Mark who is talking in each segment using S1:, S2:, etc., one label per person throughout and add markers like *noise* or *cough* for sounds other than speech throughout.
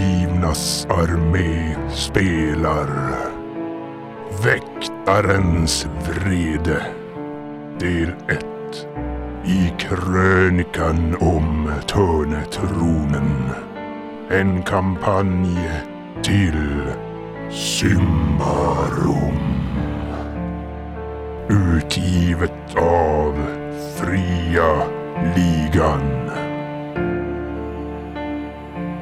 S1: Djävlarnas armé spelar Väktarens vrede Del 1 I krönikan om Törnetronen En kampanj till Symbarum Utgivet av Fria Ligan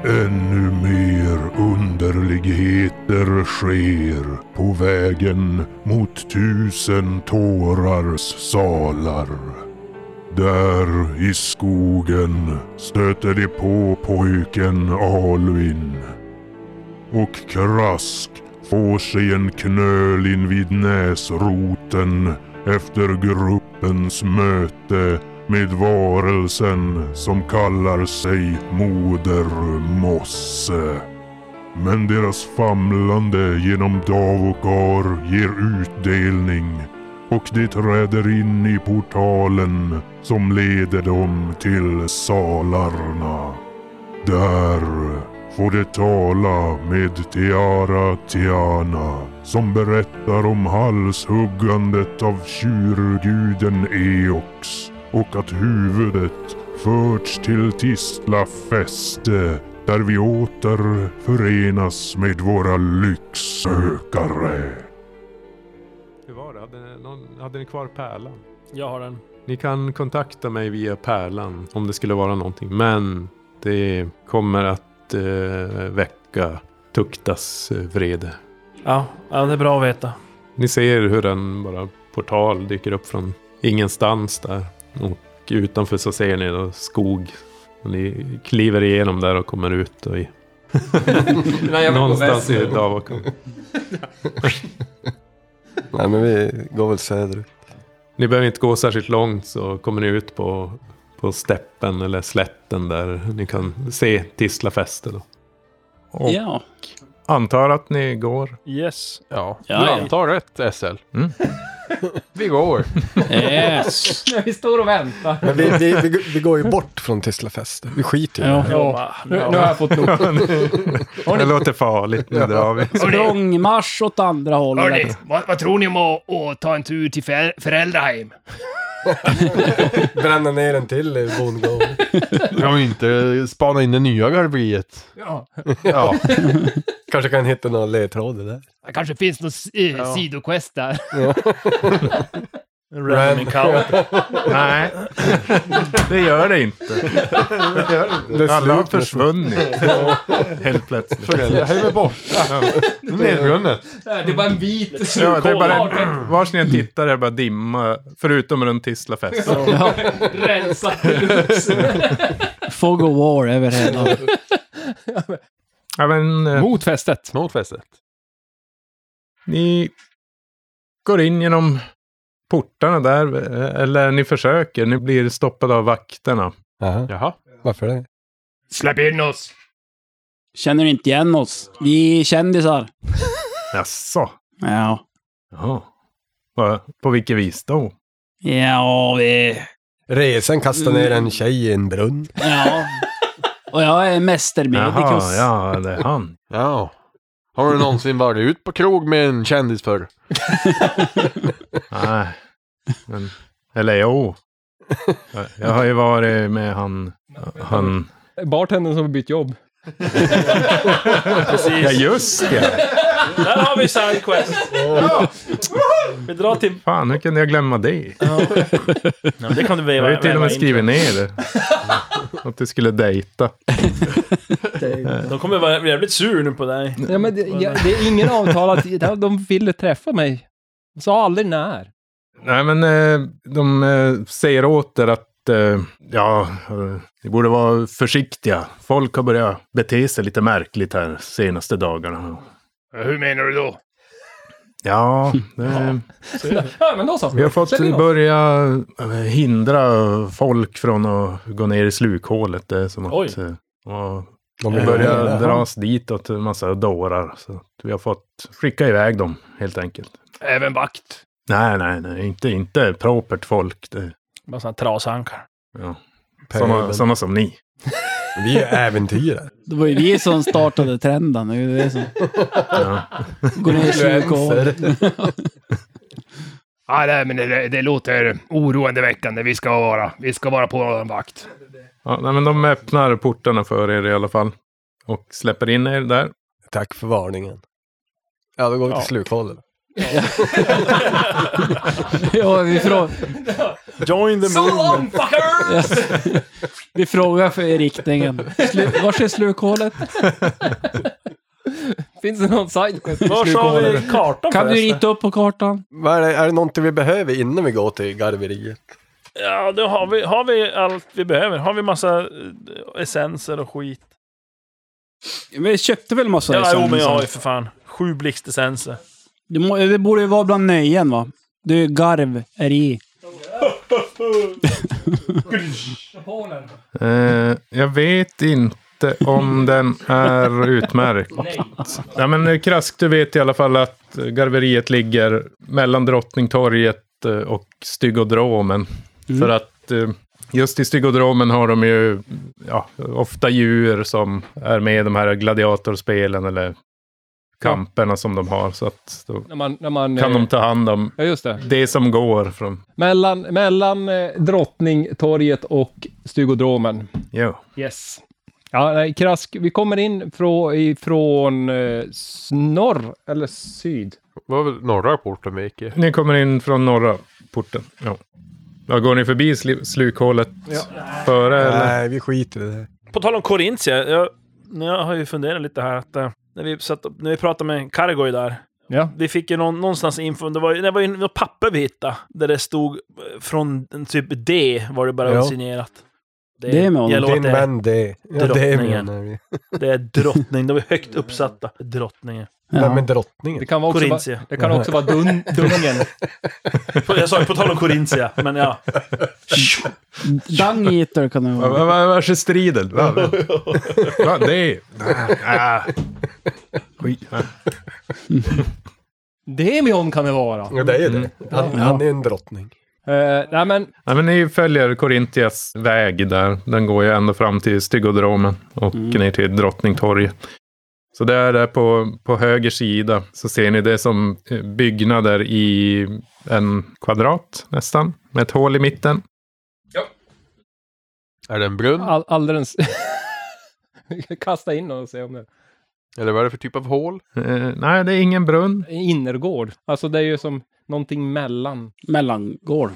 S1: Ännu mer underligheter sker på vägen mot tusen tårars salar. Där i skogen stöter de på pojken Alvin. Och Krask får sig en knöl invid näsroten efter gruppens möte med varelsen som kallar sig Moder Mosse. Men deras famlande genom Davokar ger utdelning och de träder in i portalen som leder dem till salarna. Där får de tala med Tiara Tiana som berättar om halshuggandet av tjurguden Eox och att huvudet förts till Tisla fäste där vi åter förenas med våra lycksökare.
S2: Hur var det? Hade ni, någon, hade ni kvar pärlan?
S3: Jag har den.
S2: Ni kan kontakta mig via pärlan om det skulle vara någonting. Men det kommer att eh, väcka Tuktas eh, vrede.
S3: Ja, ja, det är bra att veta.
S2: Ni ser hur en bara portal dyker upp från ingenstans där. Och utanför så ser ni då skog. Och ni kliver igenom där och kommer ut. Och i, *laughs*
S4: Nej, jag vill gå
S2: någonstans i
S4: västerut.
S2: Davakan.
S5: Nej men vi går väl söderut.
S2: Ni behöver inte gå särskilt långt så kommer ni ut på, på steppen eller slätten där ni kan se Tislafäste. Då. Och
S6: Ja.
S2: antar att ni går.
S7: *laughs*
S3: Yes.
S8: Ja,
S6: Ja,
S8: du
S6: ja.
S8: antar rätt SL.
S2: Mm.
S8: Vi går.
S6: Yes.
S4: Vi står och väntar.
S5: Men vi, vi, vi, vi går ju bort från Tislafest. Vi skiter ju i
S6: Ja.
S5: det.
S3: Ja.
S4: Nu, nu har jag fått nog.
S2: Det låter farligt, nu drar vi.
S6: Språngmarsch åt andra
S9: Hörni,
S6: hållet.
S9: vad, vad tror ni om att, att ta en tur till förä- föräldrahem?
S5: Bränna ner den till i bondgården.
S8: Kan vi inte spana in det nya garveriet?
S9: Ja.
S8: Ja.
S5: Kanske kan hitta några ledtrådar där.
S9: Det kanske finns någon eh, sidoquest där.
S3: Random encounter.
S2: Nej, det gör det inte. Alla har försvunnit. Helt plötsligt.
S8: Jag är borta. Nu är nedbrunnet.
S4: Det är bara en vit
S2: Ja, det är bara
S4: slukkola.
S2: en, vars ni än tittar är det bara dimma, förutom runt Tislafest.
S3: *laughs*
S4: Rensa ut.
S6: *laughs* Fog of war över hela.
S2: Ja, men, eh,
S8: Mot fästet. Mot fästet.
S2: Ni går in genom portarna där, eh, eller ni försöker, ni blir stoppade av vakterna.
S5: Jaha,
S8: Jaha.
S5: varför det?
S9: Släpp in oss!
S6: Känner ni inte igen oss? Vi är kändisar.
S2: Jaså?
S6: Ja.
S2: Jaha. Va- På vilket vis då?
S6: Ja, vi...
S5: Resen kastar ner en tjej i en brunn.
S6: Ja. Och jag är mästermedikus.
S2: Jaha, ja, det är han.
S8: *laughs* Ja. Har du någonsin varit ut på krog med en kändis förr?
S2: *laughs* Nej. Men, eller jo. Jag- Jag har ju varit med han... han
S7: Bartendern som har bytt jobb.
S2: *laughs* ja, just det.
S3: Där har vi
S7: *laughs*
S3: sidequest. Vi drar till...
S2: Fan, hur kunde jag glömma det?
S3: Ja, men det kan du
S2: Jag
S3: väva
S2: har ju till och
S3: väva
S2: med
S3: in.
S2: skrivit ner det. Att du skulle dejta.
S3: De kommer vara jävligt sur nu på dig.
S7: Ja, men det, ja, det är ingen avtalad tid. De ville träffa mig. De sa aldrig när.
S2: Nej, men eh, de eh, säger åt er att eh, ja, eh, ni borde vara försiktiga. Folk har börjat bete sig lite märkligt här senaste dagarna.
S9: Hur menar du då?
S2: Ja, det,
S7: Ja, men då så.
S2: vi har fått
S7: Släpp in oss.
S2: börja eh, hindra folk från att gå ner i slukhålet. Det är som
S3: Oj.
S2: att eh, och
S5: De
S2: det
S5: vill göra
S2: börjar
S5: det.
S2: dras ditåt en massa dårar. Så att vi har fått skicka iväg dem helt enkelt.
S9: Även vakt.
S2: Nej, nej, nej, inte, inte propert folk. Det,
S3: Bara sådana trasankar.
S2: såna, såna som ni.
S5: Vi är äventyrare.
S6: Det var ju vi som startade trenden. Det är ju det som... Gå ner 20 år.
S9: Ja, nej, men det, det låter oroande väckande. Vi ska vara, vi ska vara på vår vakt.
S2: Ja, nej, men de öppnar portarna för er i alla fall. Och släpper in er där.
S5: Tack för varningen. Ja, då går vi till slukhålet.
S6: Ja, vi, frå...
S8: Join the
S3: So long fucker!
S6: ja. vi frågar för riktningen. Slu- Vart är slukhålet?
S7: Finns det någon sidequest? i
S3: Vars har
S7: slukhålet?
S3: vi kartan
S6: Kan du
S3: förresten?
S6: rita upp på kartan?
S5: Vad är, det, är det någonting vi behöver innan vi går till garveriet?
S3: Ja, då har vi, har vi allt vi behöver. Har vi massa eh, essenser och skit?
S6: Vi köpte väl massa liksom-
S3: Ja, jo,
S6: licenser?
S3: men jag har ju för fan sju blixtessenser.
S6: det, må... det borde ju vara bland nöjen va? Det är ju garv, är i.
S2: Eh, jag vet inte om den är utmärkt. Ja, men eh, Krask, du vet i alla fall att eh, garveriet ligger mellan Drottningtorget eh, och Stygodromen. För att eh, just i Stygodromen har de ju ja, ofta djur som är med i de här gladiatorspelen eller kamperna som de har. Så att då
S7: När man, när man,
S2: kan
S7: eh,
S2: de ta hand om
S7: Ja, just det.
S2: det som går från...
S7: Mellan, mellan eh, Drottningtorget och Stugodromen.
S2: Ja.
S7: Yes. Ja, nej, krask. Vi kommer in från, ifrån eh, s- norr eller syd.
S8: Det var väl norra porten vi gick i.
S2: Ni kommer in från norra porten. Ja. Ja, går ni förbi sli- slukhålet före? Eller?
S5: Nej, vi skiter i det.
S3: På tal om Korintia, jag, jag har ju funderat lite här att eh, när vi, satt, upp- när vi pratade med Kargoy där,
S7: Ja.
S3: vi fick ju någon, någonstans info, det var ju, det var ju något papper vi hittade, där det stod eh, från en typ D var det bara
S5: Ja.
S3: signerat. Det,
S6: Det är med honom.
S3: jag lovar
S5: Din
S3: att det, är-
S5: vän det. Ja, det är
S3: drottningen.
S5: menar vi.
S3: det är drottning, de är högt uppsatta. Drottningen.
S5: Vem är
S6: Ja.
S5: drottningen?
S7: Det kan vara också,
S3: Korintia.
S7: vara- det kan också vara dun, Dungen.
S3: På- Jag sa ju på tal om Korintia, men ja.
S6: Dung eater kan det
S2: Va- va-
S6: vara.
S2: va- Vars är striden? Va? Va? Va? Det är... *laughs* Ah. Skit.
S7: Demion kan det vara.
S5: Ja, det är det. Han,
S6: Ja.
S5: han är en drottning.
S7: Eh, nej, men
S2: Nej, men ni följer Korintias väg där. Den går ju ända fram till Stygodromen och
S7: Mm.
S2: ner till Drottningtorget. Så där, där på, på höger sida så ser ni det som eh, byggnader i en kvadrat nästan. Med ett hål i mitten.
S8: Är det en brunn?
S7: all, alldeles... *laughs* Kasta in och se om det...
S8: Eller vad är det för typ av hål?
S2: Eh, nej, det är ingen brunn.
S7: Innergård. Alltså det är ju som någonting mellan.
S6: Mellangård.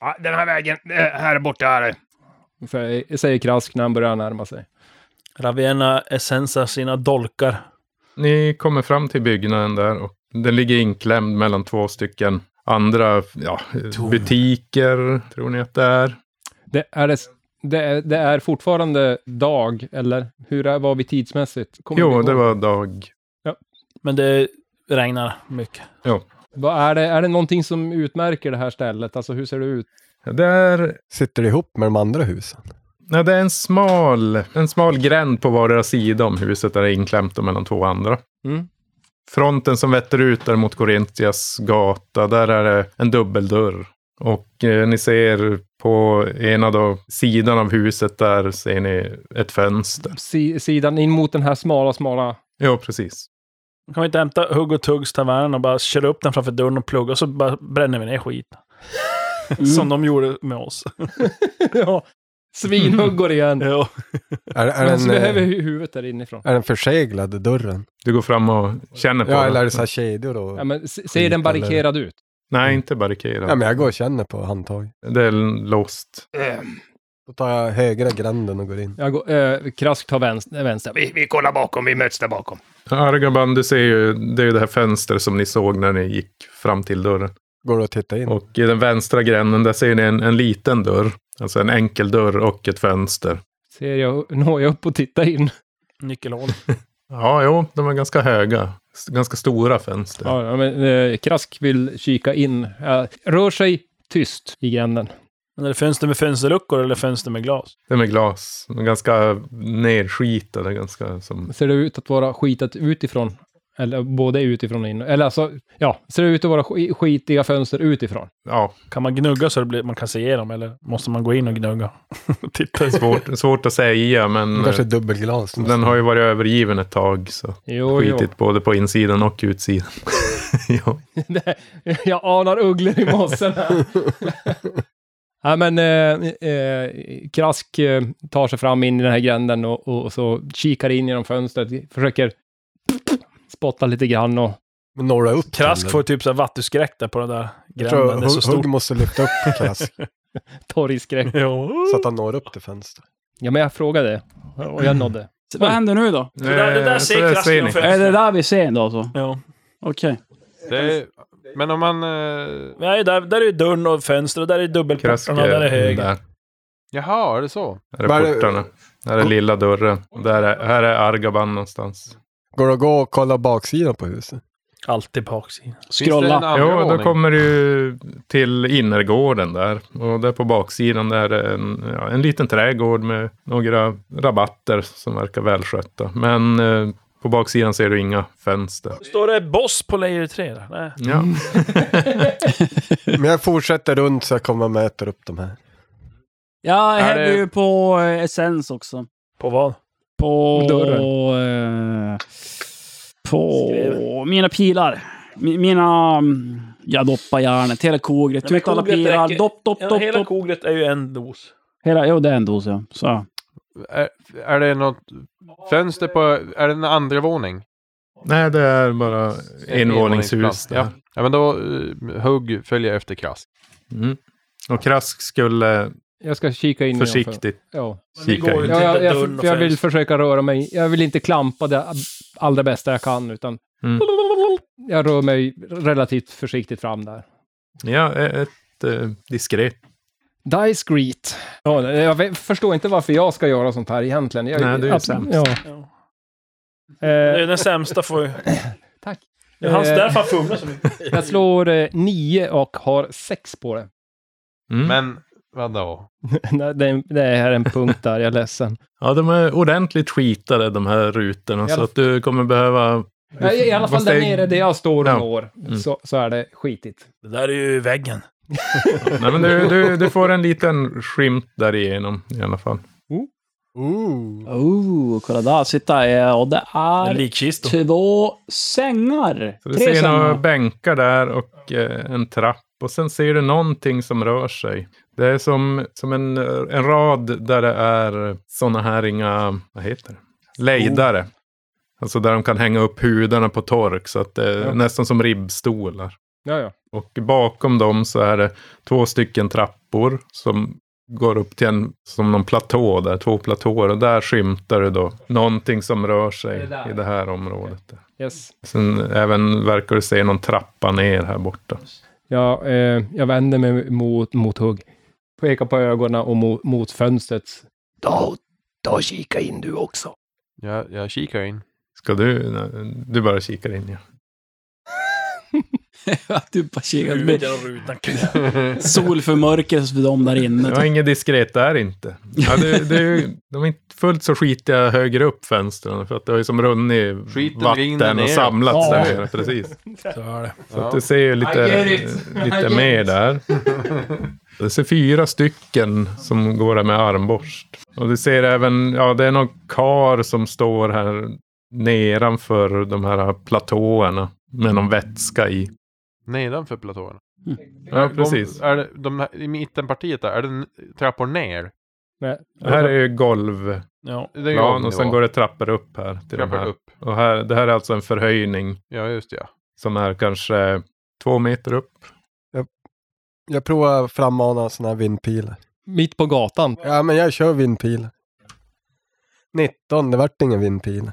S9: Ja, den här vägen, eh, här borta är det.
S7: För jag säger Krask när han börjar närma sig.
S3: Ravenna essensar sina dolkar.
S2: Ni kommer fram till byggnaden där och den ligger inklämd mellan två stycken andra ja, butiker, tror ni att det är.
S7: Det är, det, det, är, det är fortfarande dag, eller hur är, var vi tidsmässigt? Kommer vi
S2: Jo,
S7: ihåg?
S2: det var dag.
S3: Men det regnar mycket.
S7: Vad är, det, är det någonting som utmärker det här stället? Alltså hur ser det ut?
S2: Det är,
S5: Sitter ihop med de andra husen.
S2: nej, det är en, smal, en smal gränd på vardera sida om huset där det är inklämt då mellan två andra.
S7: Mm.
S2: Fronten som vetter ut där mot Korintias gata, där är det en dubbeldörr. Och eh, ni ser på ena då, sidan av huset där ser ni ett fönster.
S7: Si, sidan in mot den här smala, smala... *laughs*
S2: Jo, precis.
S3: Kan vi inte hämta Hugg och Tuggs tavern och bara köra upp den framför dörren och plugga och så bara bränner vi ner skit. Som de gjorde med oss.
S7: ja, svinhuggor igen.
S3: Ja.
S5: Mm. Är, är,
S7: Men så
S5: den,
S7: behöver
S5: eh,
S7: hu- huvudet där inifrån.
S5: är den förseglad, dörren?
S2: Du går fram och känner på
S5: Ja,
S2: den?
S5: eller är det så här kedjor och...
S7: Ja, men, se- ser den barrikerad ut?
S2: Nej, inte barrikerad.
S5: Ja, men jag går och känner på handtaget.
S2: Det är låst.
S5: Då tar jag högra gränden och går in.
S7: Jag går, eh, krask tar vänster. vänster.
S9: Vi, vi kollar bakom, vi möts där bakom.
S2: Argaban, du ser ju, det är ju det här fönstret som ni såg när ni gick fram till dörren.
S5: Går du och tittar in?
S2: Och i den vänstra gränden, där ser ni en, en liten dörr. Alltså en enkel dörr och ett fönster.
S7: Ser jag, når jag upp och tittar in?
S3: Nyckelhål.
S2: Ja, jo, de är ganska höga. S- Ganska stora fönster.
S7: *laughs* Ja, ja, men, eh, krask vill kika in. Eh, rör sig tyst i gränden.
S3: Men är det fönster med fönsterluckor eller fönster med glas?
S2: De är glas. De är ganska nedskitade. Ganska som...
S7: Ser det ut att vara skitat utifrån? Eller både utifrån och in. Eller alltså, ja, ser det ut att vara sk- skitiga fönster utifrån?
S2: Ja,
S3: Kan man gnugga så det blir, man kan se igenom eller måste man gå in och gnugga? Titta.
S2: svårt, *laughs* svårt att säga, men
S5: Kanske
S2: eh,
S5: dubbelglas.
S2: den har ju varit övergiven ett tag. Så
S7: Jo, jo.
S2: skitit både på insidan och utsidan. *laughs* ja.
S7: Det- Jag anar ugglor i mossen här.
S5: *laughs*
S7: Ja, men eh, eh, Krask eh, tar sig fram in i den här gränden och, och, och så kikar in genom fönstret, försöker spotta lite grann och
S5: Några upp.
S3: Krask
S5: den.
S3: får typ så här vattuskräck där på den där
S5: Jag tror
S3: gränden. Det är så
S5: Hugg- Hugg
S3: stort.
S5: måste lyfta upp
S3: *laughs*
S5: Krask
S7: torgskräck.
S5: så att han når upp till fönstret.
S7: Ja, men jag frågade och jag nådde.
S6: Vad händer nu då?
S3: Det där, det där
S2: Eh,
S3: ser Krask genom
S2: ni.
S6: Är det
S3: fönstret.
S6: där vi ser då alltså?
S3: Ja.
S6: Okej.
S8: Det är, men om man... Eh,
S3: Nej, där, där är ju dörren och fönster och där är
S2: Krask
S3: dubbelportarna och där är
S2: är
S3: högen.
S2: där.
S8: jaha, är det så?
S2: Där är
S5: Var det-
S2: portarna. Där är lilla dörren. Där är, här är Argaban någonstans.
S5: Går det att gå och kolla baksidan på huset?
S3: Alltid baksidan.
S6: Scrolla.
S2: Jo, då kommer du till innergården där. Och där på baksidan där är en, ja, en liten trädgård med några rabatter som verkar välskötta. Men eh, på baksidan ser du inga fönster.
S3: Står det boss på layer 3 där? Nej.
S2: Ja.
S5: Men jag fortsätter runt så jag kommer och mäter upp de här.
S6: Jag
S8: Är
S6: häller
S8: det-
S6: ju på eh, essens också.
S3: På vad?
S6: På...
S7: Dörren.
S6: eh, på
S3: Skrev.
S6: mina pilar. Mi- Mina... mm, Jag doppar järnet, hela kogret,
S3: men
S6: ut alla
S3: kogret
S6: pilar.
S3: räcker-
S6: Dopp, dopp,
S3: Ja,
S6: dopp,
S3: hela
S6: dopp.
S3: kogret är ju en dos.
S6: Hela, jo, det är en dos ja. Så.
S8: Är, är det något fönster på... Är det en andra våning?
S2: Nej, det är bara envåningshus
S8: envåningsplats,
S2: där.
S8: Ja, men då eh, hugg följer efter Krask.
S2: Mm. Och Krask skulle
S7: Jag ska kika in genom fönstret.
S2: försiktigt
S7: Ja.
S2: kika in.
S7: Ja, jag, jag, jag vill försöka röra mig. Jag vill inte klampa det allra bästa jag kan, utan
S2: Mm.
S7: jag rör mig relativt försiktigt fram där.
S2: Ja, ett eh, diskret.
S7: Discreet. Ja, jag vet- förstår inte varför jag ska göra sånt här egentligen. Jag,
S2: Nej, du är
S7: att-
S2: sämst.
S7: Ja.
S3: Ja. Det är
S7: Eh,
S3: den sämsta får ju...
S7: *laughs* Tack.
S3: Det är hans
S7: Eh.
S3: därför han fumlar så mycket.
S7: jag slår eh, nio och har sex på det.
S2: Mm.
S8: Men vadå?
S7: Nej, det, det här är en punkt där, jag är ledsen.
S2: Ja, de är ordentligt skitade de här rutorna.
S7: I alla-
S2: Så att du kommer behöva...
S7: Nej, I alla fall
S2: Fast det-
S7: där nere där jag står
S2: Ja.
S7: och når,
S2: Mm.
S7: så, så är det skitigt.
S3: Det där är ju väggen.
S2: Nej, men du, du, du får en liten skymt därigenom i alla fall.
S5: Ooh.
S6: Oh, kolla där sitter jag. Och det
S3: En
S6: är
S3: likkista.
S6: två sängar.
S2: Så du
S6: Tre
S2: ser några
S6: *laughs* sängar.
S2: bänkar där och eh, en trapp. Och sen ser du någonting som rör sig. Det är som, som en, en rad där det är sådana här inga, vad heter det? Lejdare. Alltså där de kan hänga upp hudarna på tork. Så att det är
S7: Ja.
S2: nästan som ribbstolar.
S7: Ja, ja.
S2: Och bakom dem så är det två stycken trappor som går upp till en, som någon platå där, två platåer. Och där skymtar du då någonting som rör sig i det här området.
S7: Yes.
S2: Sen även verkar du se någon trappa ner här borta.
S7: Jag, eh, jag vänder mig mot, mot hugg. Pekar på ögonen och mot, mot fönstret. Då, då kika in du också.
S8: Jag, jag kikar in.
S2: Ska du? Du bara kikar in ja.
S6: Att du bara kikar. Det blir
S3: rutan.
S6: Solförmörkelse för dem där inne.
S2: Det var inget diskret där inte. Ja, du, du, de är inte fullt så skitiga högre upp fönstren. För att det har ju som runnit
S8: Skiten rinner
S2: vatten och
S8: neråt.
S2: samlats
S7: Ja.
S2: där nere. Precis.
S3: Så är det.
S2: Så att
S8: Ja.
S2: du ser ju
S4: I
S2: lite,
S4: get it. I
S2: lite
S4: get
S2: mer
S4: it.
S2: där. Du ser fyra stycken som går där med armborst. Och du ser även, ja det är någon kar som står här nedanför de här platåerna. Med någon vätska i.
S8: Nedanför platåerna.
S2: Ja, precis.
S8: De, är det, de här, I mittenpartiet där, är det n- trappor ner?
S2: Det här är ju golvplan
S3: Ja.
S8: Det är jag
S2: och sen
S8: nivå.
S2: går det trappor upp här. Till de
S8: trappor
S2: här.
S8: upp.
S2: Och här, det här är alltså en förhöjning
S8: Ja, just det. ja.
S2: som är kanske två meter upp.
S5: Jag provar frammana sådana här vindpilar.
S7: Mitt på gatan.
S5: Ja, men jag kör vindpil. 19, det vart ingen vindpil.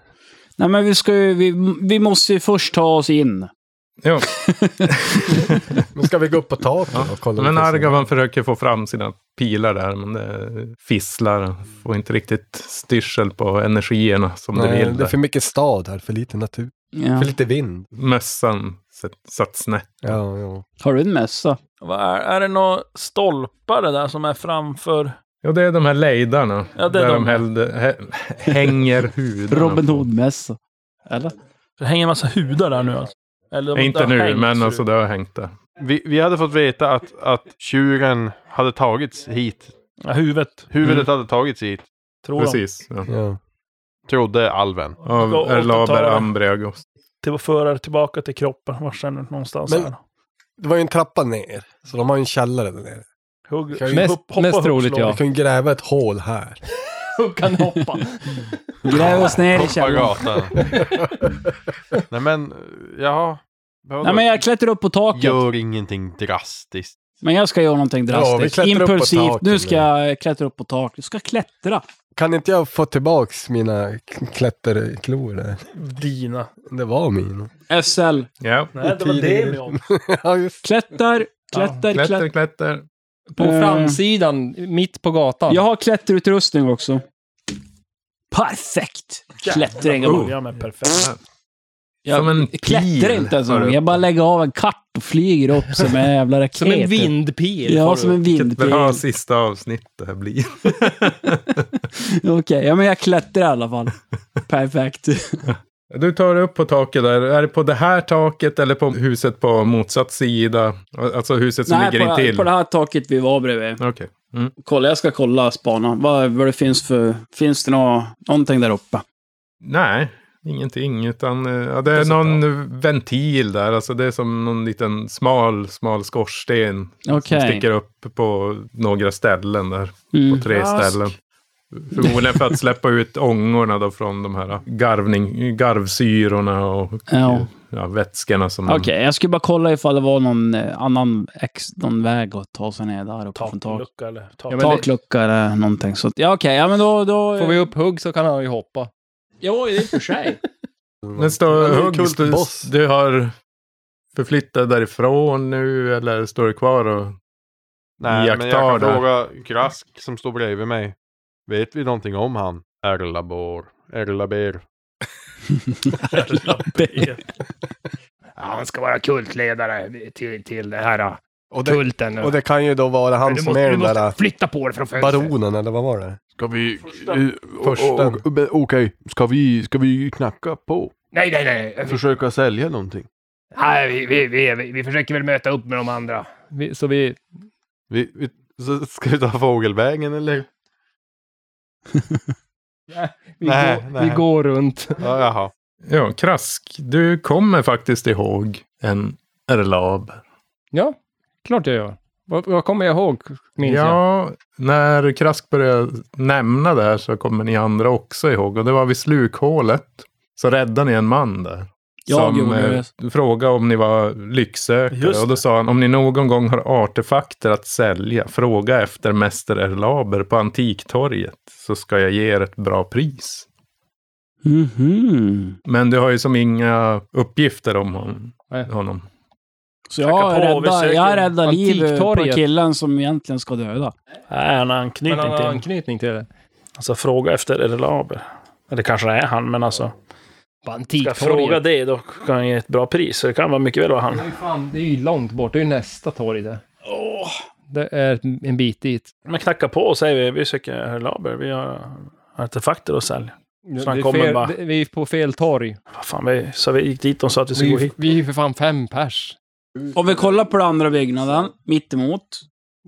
S6: Nej, men vi ska ju... Vi, vi måste ju först ta oss in.
S2: Jo,
S5: Men ska vi gå upp på taket och kolla?
S2: men
S5: lite sen?
S2: Argavan försöker få fram sina pilar där, men det fisslar. Får inte riktigt styrsel på energierna som du
S5: Nej,
S2: vill.
S5: det är
S2: Där.
S5: för mycket stad här, för lite natur.
S6: Ja.
S5: För lite vind.
S2: Mössan satt- satt snett.
S5: Ja, ja.
S6: Har du en mössa?
S3: *laughs* Vad är, är det några stolpar det där som är framför?
S2: Ja, det är de här lejdarna.
S3: Ja, det är
S2: där de,
S3: de.
S2: hällde, hä, hänger hudarna.
S6: Robin
S2: på.
S6: Hood-mössa. Eller?
S3: Det hänger en massa hudar där nu alltså. Eller, det
S2: Inte
S3: har
S2: nu,
S3: hängt,
S2: men
S3: ser
S2: alltså
S3: ut.
S2: det har hängt där.
S8: Vi, vi hade fått veta att, att tjuren hade tagits hit.
S3: Ja, huvudet.
S8: Huvudet
S2: Mm.
S8: hade tagits hit.
S3: Tror de.
S2: Precis. Ja.
S5: Ja.
S8: Trodde alven.
S2: Av
S3: Och- och
S2: Erlaber
S3: totala-
S2: Ambriagos.
S3: Till att föra det tillbaka till kroppen. Var sen någonstans
S5: Men-
S3: här.
S5: Det var ju en trappa ner, så de har ju en källare där nere.
S3: Hugg,
S5: Kan ju
S7: Mest-
S3: hopp- hoppa
S7: mest
S3: och
S7: troligt,
S3: slå.
S7: ja.
S5: Vi kan ju gräva ett hål här.
S3: Hugg kan hoppa.
S6: Gräv oss ner i
S8: Hoppa
S6: källaren.
S8: gatan.
S2: *laughs*
S8: Nej men, eh, jaha. Vadå?
S6: Nej men jag klättrar upp på taket.
S8: Gör ingenting drastiskt.
S6: Men jag ska göra någonting
S5: Ja, vi
S6: drastiskt.
S5: klättrar upp på
S6: Impulsivt.
S5: taket
S6: Nu
S5: nu.
S6: ska jag klättra upp på taket. Du ska klättra.
S5: Kan inte jag få tillbaks mina k- klätterklor där?
S3: Dina.
S5: Det var mina.
S6: SL.
S2: Ja.
S3: Nej, det var det vi åt.
S5: ja, just
S6: Klättar, klättar,
S2: Klätter,
S6: klättar.
S2: klätter.
S7: På
S6: Eh.
S7: framsidan, mitt på gatan.
S6: Jag har klätterutrustning också. Perfekt! Klättring.
S3: Jag börjar med perfekt.
S2: Som en
S6: Jag klättrar
S2: pil
S6: inte ens en
S2: har
S6: gång.
S2: du-
S6: Jag bara lägger av en kart och flyger upp som en jävla raket.
S7: *laughs* Som en vindpil.
S6: Ja, som en
S2: Vilket
S6: vindpil.
S2: bra sista avsnitt det här blir. *laughs*
S6: Okej, ja men jag klättrar i
S2: *laughs*
S6: alla fall. Perfekt.
S2: Du tar upp på taket där. Är det på det här taket eller på huset på motsatt sida? Alltså huset som
S6: *laughs* Nej, på,
S2: ligger
S6: det-
S2: intill?
S6: på det här taket vi var bredvid.
S2: Okej.
S6: Kolla, jag ska kolla spana. Vad, vad det finns för... Finns det nå, någonting där uppe?
S2: Nej, ingenting. Utan, eh, ja, det är någon ventil där. Alltså det är som någon liten smal, smal skorsten.
S6: Okej.
S2: Som sticker upp på några ställen där.
S6: Mm.
S2: På tre ställen. Förmodligen för att släppa ut ångorna då från de här garvning, garvsyrorna och
S6: Ja.
S2: ja, vätskorna som...
S6: Okej, jag skulle bara kolla ifall det var någon eh, annan ex, någon väg att ta sig ner där uppe från tak.
S3: Taklucka eller tak.
S7: Ja, men det-
S6: Taklucka eller någonting. Så, att- ja, okej, ja men då... då
S7: Får vi upp hugg så kan han ju hoppa.
S6: Jo, det är för sig.
S2: Men
S5: Han
S2: står
S5: är ju
S2: Huggs, du,
S5: kultboss.
S2: Mm. du har förflyttat därifrån nu eller står du kvar och...
S8: Nej men
S2: Iakttar
S8: jag kan
S2: där.
S8: fråga Krask som står bredvid mig. Vet vi någonting om han? Erlabor. Erlaber.
S9: Ja, han ska vara kultledare till, till det här eh,
S5: och, det,
S9: kulten.
S5: och det kan ju då vara
S9: Men
S5: han
S9: du
S5: som
S9: måste,
S5: är
S9: du
S5: den
S9: måste
S5: där eh,
S9: flytta på dig från fönstret.
S5: baronen, eller vad var det?
S8: Ska vi...
S5: Första.
S8: Okej, ska, vi, ska vi knacka på?
S9: Nej, nej, nej. Vi,
S8: Försöka sälja någonting?
S9: nej vi, vi, vi, vi, vi försöker väl möta upp med de andra.
S7: Vi, så vi...
S8: Vi, vi, så ska vi ta fågelvägen eller?
S7: Vi,
S8: Nej,
S7: går,
S8: nej.
S7: vi går runt.
S8: *laughs* Ja, jaha.
S2: Ja, Krask, du kommer faktiskt ihåg en Erlab.
S7: Ja, klart jag gör. Vad, vad kommer jag ihåg, minns jag?
S2: Ja, när Krask började nämna det här så kommer ni andra också ihåg. Och det var vid slukhålet. Så räddade ni en man där.
S6: Jag gjorde
S2: eh, frågade om ni var lycksökare.
S3: Just
S2: Och då sa han, om ni någon gång har artefakter att sälja, fråga efter Mäster Erlaber på Antiktorget. Så ska jag ge er ett bra pris.
S6: Mhm.
S2: Men du har ju som inga uppgifter om hon-
S7: Nej.
S2: honom.
S6: Så
S3: Knacka
S6: jag
S3: på, vi
S6: räddar,
S3: söker
S6: jag räddar liv på
S7: Antiktorget.
S6: killen som egentligen ska döda.
S3: Nej, han har
S7: Men han
S3: anknytning
S7: har
S3: till.
S7: anknytning till det.
S3: Alltså fråga efter Erlaber. Eller kanske det är han, men alltså.
S9: På
S3: Ska jag fråga
S9: Antiktorget.
S3: det, då kan jag ge ett bra pris. Så det kan vara mycket väl vara han.
S7: Det är, ju fan, det är ju långt bort, det är ju nästa torg det. Det är en bit dit.
S3: Men knacka på och säger vi, vi söker Erlaber. Vi har artefakter att sälja. Så han
S7: Det är
S3: kommer
S7: fel,
S3: bara-
S7: det- Vi är på fel torg.
S3: Vad fan, vi, så vi gick dit och sa att vi skulle
S7: Vi,
S3: gå
S7: är-
S3: hit.
S7: vi är ju för fan fem pers.
S6: Om vi kollar på den andra byggnaden, mitt emot.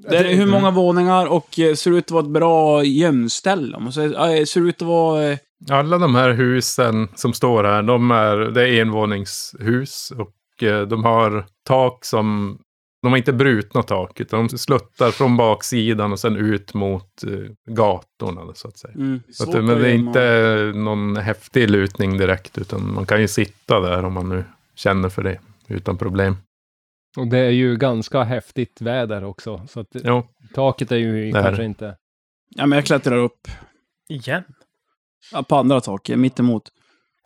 S6: Det är hur
S7: Mm.
S6: många våningar och eh, ser ut att vara ett bra gömställe. Och så, eh, ser ut att vara... eh,
S2: Alla de här husen som står här, de är, det är envåningshus och eh, de har tak som, de har inte brutna tak utan de sluttar från baksidan och sen ut mot eh, gatorna så att säga.
S6: Mm,
S2: Så att,
S6: svårt
S2: det- men
S6: att
S2: det är
S6: gömma.
S2: inte någon häftig lutning direkt utan man kan ju sitta där om man nu känner för det utan problem.
S7: Och det är ju ganska häftigt väder också. Så att
S2: Jo,
S7: taket är ju
S2: Där.
S7: kanske inte...
S6: Ja, men jag klättrar upp.
S3: Igen?
S6: Ja, på andra eh, taket, mitt emot.
S2: du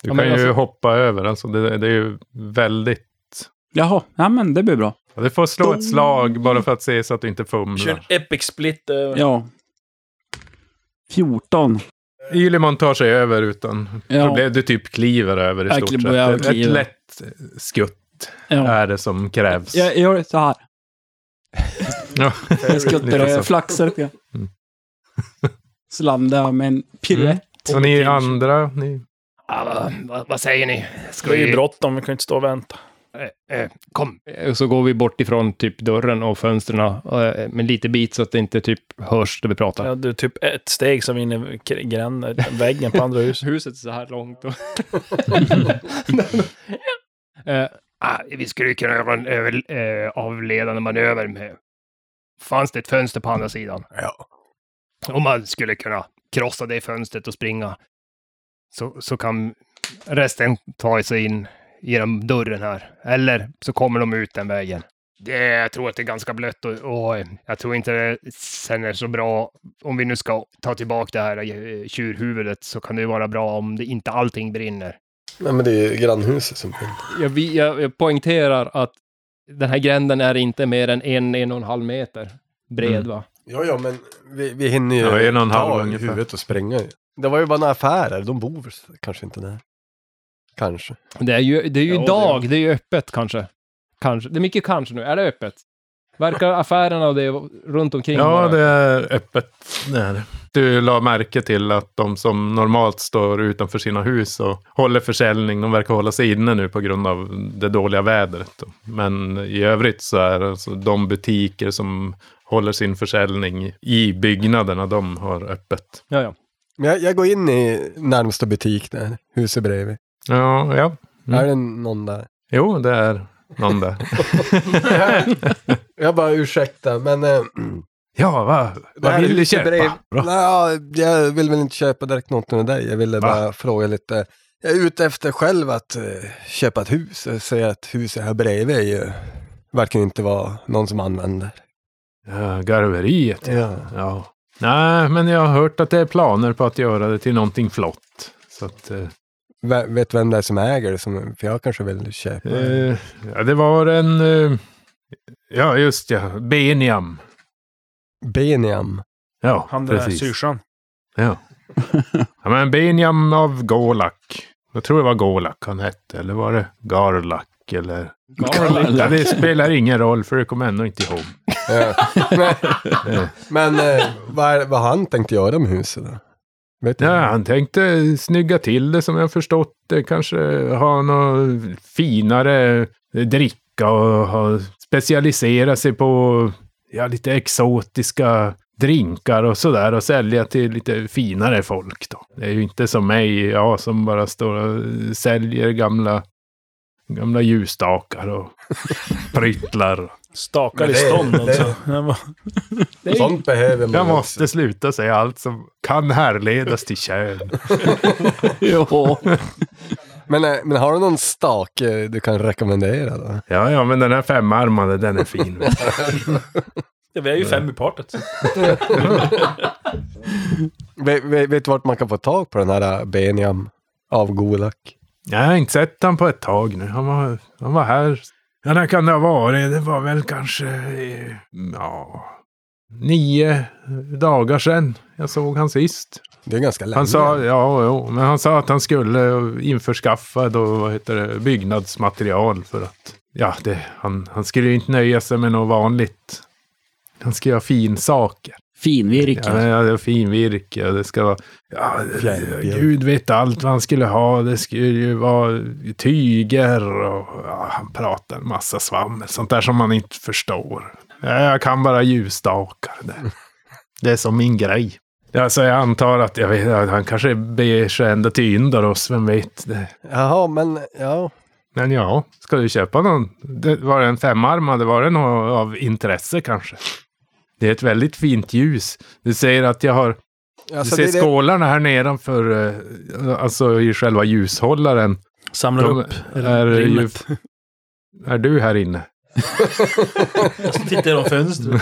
S7: Ja,
S2: kan
S7: men
S2: ju
S7: alltså-
S2: hoppa över alltså. Det, det är ju väldigt...
S6: Jaha, ja men det blir bra.
S2: Ja, Du får slå ett slag bara för att se så att du inte
S3: Kör
S2: fumlar.
S3: en epic split. eh,
S6: Ja. 14.
S2: Ylimon tar sig över utan
S6: Ja.
S2: Problem, du typ kliver över i
S6: Jag
S2: stort
S6: kliver över,
S2: sett. Ett, ett
S6: kliver.
S2: lätt skutt
S6: ja.
S2: är det som krävs.
S6: Jag jag gör så här.
S2: Ja.
S6: Jag skuttar
S2: Lite så.
S6: och flaxar lite grann.
S2: Mm.
S6: Så landar jag med en piruett.
S2: Så ni andra, ni
S9: Ah, vad, vad, vad säger ni? Ska
S3: Det är ju
S9: vi...
S3: bråttom, vi kan ju inte stå och vänta.
S9: Eh, eh, kom.
S7: Och så går vi bort ifrån typ dörren och fönstren eh, med lite bit så att det inte typ hörs där vi pratar.
S3: Ja, det är typ ett steg som in i k- gränden, väggen på andra huset.
S7: Huset är så här långt. Och
S9: Eh, ah, vi skulle ju kunna göra en över, eh, avledande manöver med... Fanns det ett fönster på andra sidan?
S5: Ja.
S9: Om man skulle kunna krossa det fönstret och springa. Så, så kan resten ta sig in genom dörren här. Eller så kommer de ut den vägen. Det, jag tror att det är ganska blött och, och eh, jag tror inte det sen är så bra. Om vi nu ska ta tillbaka det här eh, tjurhuvudet så kan det ju vara bra om det inte allting brinner.
S5: Nej men det är ju grannhuset som
S7: jag, vi- jag, jag poängterar att den här gränden är inte mer än en, en och en halv meter bred
S2: Mm.
S7: va?
S5: Ja ja men vi, vi hinner ju
S2: Ja, en och en halv
S5: ta
S2: ungefär.
S5: huvudet och spränga ju. Det var ju bara några affärer, de bor väl kanske inte där. Kanske.
S7: Det är ju, det är ju
S9: Ja, det-
S7: dag, det är ju öppet kanske. kanske. Det är mycket kanske nu. Är det öppet? Verkar affärerna och det runt omkring
S2: Ja,
S7: vara-
S2: det är öppet. Det är det. Du la märke till att de som normalt står utanför sina hus och håller försäljning, de verkar hålla sig inne nu på grund av det dåliga vädret. Men i övrigt så är det alltså de butiker som håller sin försäljning i byggnaderna, de har öppet.
S7: ja, ja.
S5: Men jag, jag går in i närmsta butik där, huset bredvid.
S2: Ja, ja. Mm.
S5: Är det någon där?
S2: Jo, det är någon där.
S5: Jag bara ursäkta men... eh,
S2: *laughs* Ja, va?
S5: det här
S2: Vad vill du
S5: huset bredvid-
S2: köpa? Bra.
S5: Nej, ja, jag vill väl inte köpa direkt något med dig. Jag ville
S2: Va?
S5: bara fråga lite. Jag är ute efter själv att eh, köpa ett hus. Jag ser att huset här bredvid är ju, verkar inte vara någon som använder.
S2: Ja, garveriet.
S5: Ja.
S2: Ja. Nej, men jag har hört att det är planer på att göra det till någonting flott. Så att, eh,
S5: V- vet vem det är som äger det? Som, för jag kanske vill köpa. det.
S2: eh, ja, det var en... Eh, ja, just ja. Beniam.
S5: Beniam.
S2: Ja,
S3: *laughs* Han den där
S2: precis.
S3: syrsan.
S2: Ja, men Beniam av Golak. Jag tror det var Golak han hette, eller var det Garlak? Eller...
S3: *laughs*
S2: Ja, det spelar ingen roll, för det kommer jag ändå inte ihåg. *laughs*
S5: Ja. *laughs* Men- Men eh, vad, är- vad har han tänkt göra med huset då? Vet du?
S2: Ja, han tänkte snygga till det som jag förstått det. Kanske ha något finare dricka och ha, specialisera sig på ja, lite exotiska drinkar och sådär och sälja till lite finare folk då. Det är ju inte som mig, ja, som bara står och säljer gamla, gamla ljusstakar och pryttlar.
S3: Stakar
S5: Men
S3: i
S5: det-
S3: stånd
S5: det-
S3: alltså. Den var-
S5: Sånt behöver man
S2: Jag
S5: också.
S2: måste sluta säga allt som kan härledas till kön.
S6: *laughs* Jo.
S5: Men, eh, men har du någon stake du kan rekommendera då?
S2: Ja, ja, men den här femarmade, den är fin.
S3: Ja, vi är ju fem i partet.
S5: Vet, vet, vet du vart man kan få tag på den här eh, Beniam av Golak?
S2: Nej, jag har inte sett han på ett tag nu. Han var, han var här. Ja, när kan det ha varit? Det var väl kanske... eh, Ja, nio dagar sedan jag såg han sist.
S5: Det är ganska länge.
S2: Han sa, ja, jo, men han sa att han skulle införskaffa då, vad heter det, byggnadsmaterial för att... Ja, det, han, han skulle ju inte nöja sig med något vanligt. Han ska göra finsaker. Ja,
S6: Finvirke.
S2: ja, det är finvirke och det ska vara... Ja, det- Gud vet allt vad han skulle ha. Det skulle ju vara tyger och ja, han pratar en massa svammel. Sånt där som man inte förstår. Ja, jag kan bara ljusstakar. Det, det är som min grej. Ja, så jag antar att jag vet, att han kanske beger sig ända till Yndaros, vem vet. Det.
S5: Jaha, men ja.
S2: Men ja, ska du köpa någon? Det, var det en femarmad? Var det någon av intresse kanske? Det är ett väldigt fint ljus. Du säger att jag har
S5: Alltså,
S2: du
S5: det,
S2: ser
S5: det,
S2: skålarna här nedanför, eh, alltså i själva ljushållaren.
S3: Samlar
S2: De
S3: upp
S2: är ju...
S3: rimmet.
S2: Är du här inne?
S3: Tittar genom fönstret.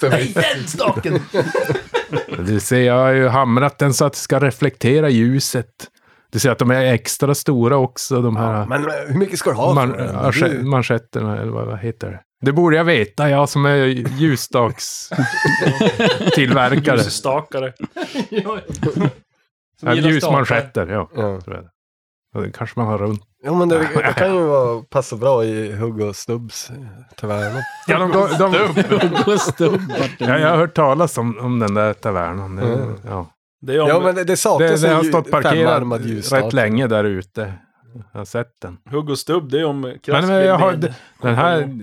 S2: *laughs* Du ser, jag har ju hamrat den så att det ska reflektera ljuset. Du ser att de är extra stora också, de här
S5: men eh, hur mycket ska du ha
S2: man, alltså-
S5: för den?
S2: marsche-
S5: Du-
S2: manschetterna, eller vad, vad heter det? Det borde jag veta, jag som är ljusstaks tillverkare.
S3: Ljusstakare.
S2: Ja, Ljusmanschetter, ja.
S5: Ja.
S2: tror jag det. Ja, det kanske man har runt.
S5: ja,
S2: *laughs*
S5: men det, det kan ju vara, passa bra i Hugg och Stubbs tavern.
S2: Ja, de, de, de,
S6: Gustav.
S2: Ja, jag har hört talas om, om den där tavernan. Det,
S5: Mm.
S2: ja.
S3: Det är om,
S5: Ja, men det, det
S2: Det,
S5: saknas
S2: det
S5: en
S2: har
S5: ljud-
S2: stått parkerad
S5: femarmad ljusstake.
S2: rätt länge där ute. Jag har sett den.
S3: Hugg och stubb, det är om
S2: Men,
S3: krask
S2: men jag har,
S3: blir-
S2: den här,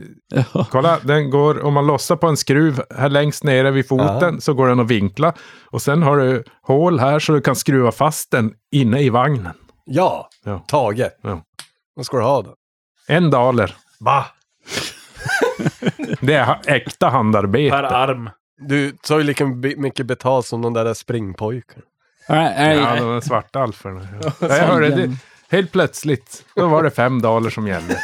S2: kolla, den går, om man lossar på en skruv här längst nere vid foten så går den att vinkla. Och sen har du hål här så du kan skruva fast den inne i vagnen.
S5: Ja,
S2: Ja.
S5: Tage.
S2: Ja.
S5: Vad ska du ha då?
S2: En daler.
S5: Va?
S2: *laughs* Det är ha- äkta handarbete.
S3: Per arm.
S5: Du tar ju lika bi- mycket betalt som de där, där springpojkarna.
S6: Nej,
S2: Ja,
S6: nej.
S2: de är svarta alferna. Ja, jag hörde det. Helt plötsligt, då var det fem daler som gällde.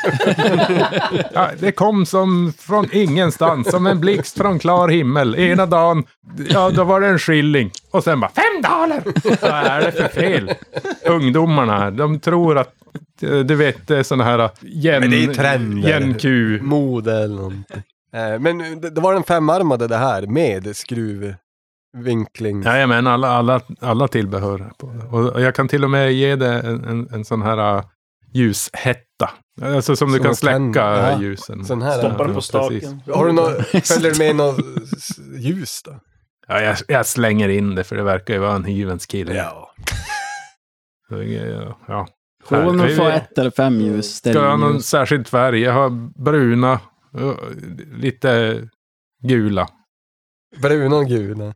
S2: Ja, det kom som från ingenstans, som en blixt från klar himmel. Ena dagen, ja då var det en skilling. Och sen bara, fem daler! Vad är det för fel? Ungdomarna här, de tror att, eh, du vet, det är sådana här eh,
S5: Men det är ju
S2: jämn,
S5: trender.
S2: jämnku.
S5: Mode eller någonting. Eh, Men det, det var den femarmade det här med skruvvinkling.
S2: Jajamän, alla, alla, alla tillbehör. på det. Och jag kan till och med ge det en, en, en sån här uh, ljushetta. Alltså som, du
S5: Som
S2: kan
S5: att tända.
S2: släcka
S5: Ja.
S2: ljusen.
S5: Sån här.
S2: Stopp.
S3: Stoppar
S2: Ja,
S3: den på
S2: precis.
S3: staken.
S5: Har
S2: *laughs*
S5: du någon, följer du med något s- ljus då?
S2: Ja, jag, jag slänger in det för det verkar ju vara en hyvens kille.
S5: Ja.
S2: Så, ja, ja.
S6: Får
S2: Här,
S6: nog
S2: vi-
S6: få ett eller fem ljus.
S2: Ska jag ha någon
S6: stearinljus.
S2: särskild färg? Jag har bruna, uh, lite gula.
S5: Bruna och gula.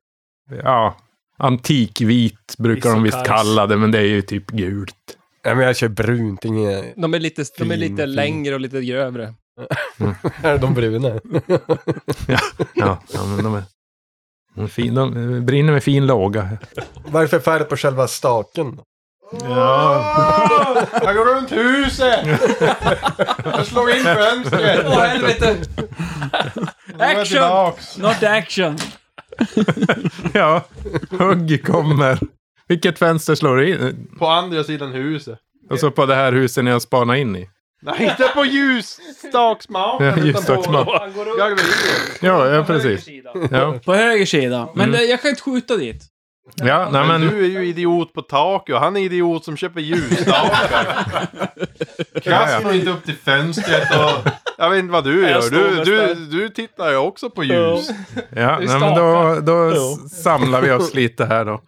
S2: Ja, antikvit brukar de visst
S3: Isekais.
S2: kalla det, men det är ju typ gult.
S5: Nej men jag kör brunt, inget...
S7: De är lite, de är lite
S2: Fin, fin.
S7: längre och lite grövre.
S5: *laughs* Är de bruna?
S2: Ja, ja men de är... De, är fin, de brinner med fin låga.
S5: *laughs* Varför färg på själva staken? då?
S8: Ah! Jag går runt *laughs* huset! Jag slog in fönstret!
S6: Åh, helvete! Action! Not action!
S2: Ja, hugg kommer. Vilket fönster slår du in?
S8: På andra sidan huset.
S2: Och så på det här huset ni har spanat in i.
S8: Nej, inte på ljusstaksmaken!
S2: Ja,
S8: utan
S2: ljusstaksmaken.
S8: på- Garveriet.
S2: Ja, ja precis. Ja,
S6: På höger sida. Men
S2: Mm.
S6: det, jag kan inte skjuta dit.
S2: ja nej
S8: Men
S2: men...
S8: du är ju idiot på taket och han är idiot som köper *laughs* ljusstakar.
S2: Ja,
S8: Krask går inte upp till fönstret och... Jag vet inte vad du
S3: Jag
S8: gör.
S3: står
S8: Du,
S3: mest
S8: du,
S3: där.
S8: du tittar ju också på ljus.
S2: ja
S4: är
S2: nej, men då, då
S3: Jo.
S2: s- samlar vi oss lite här då.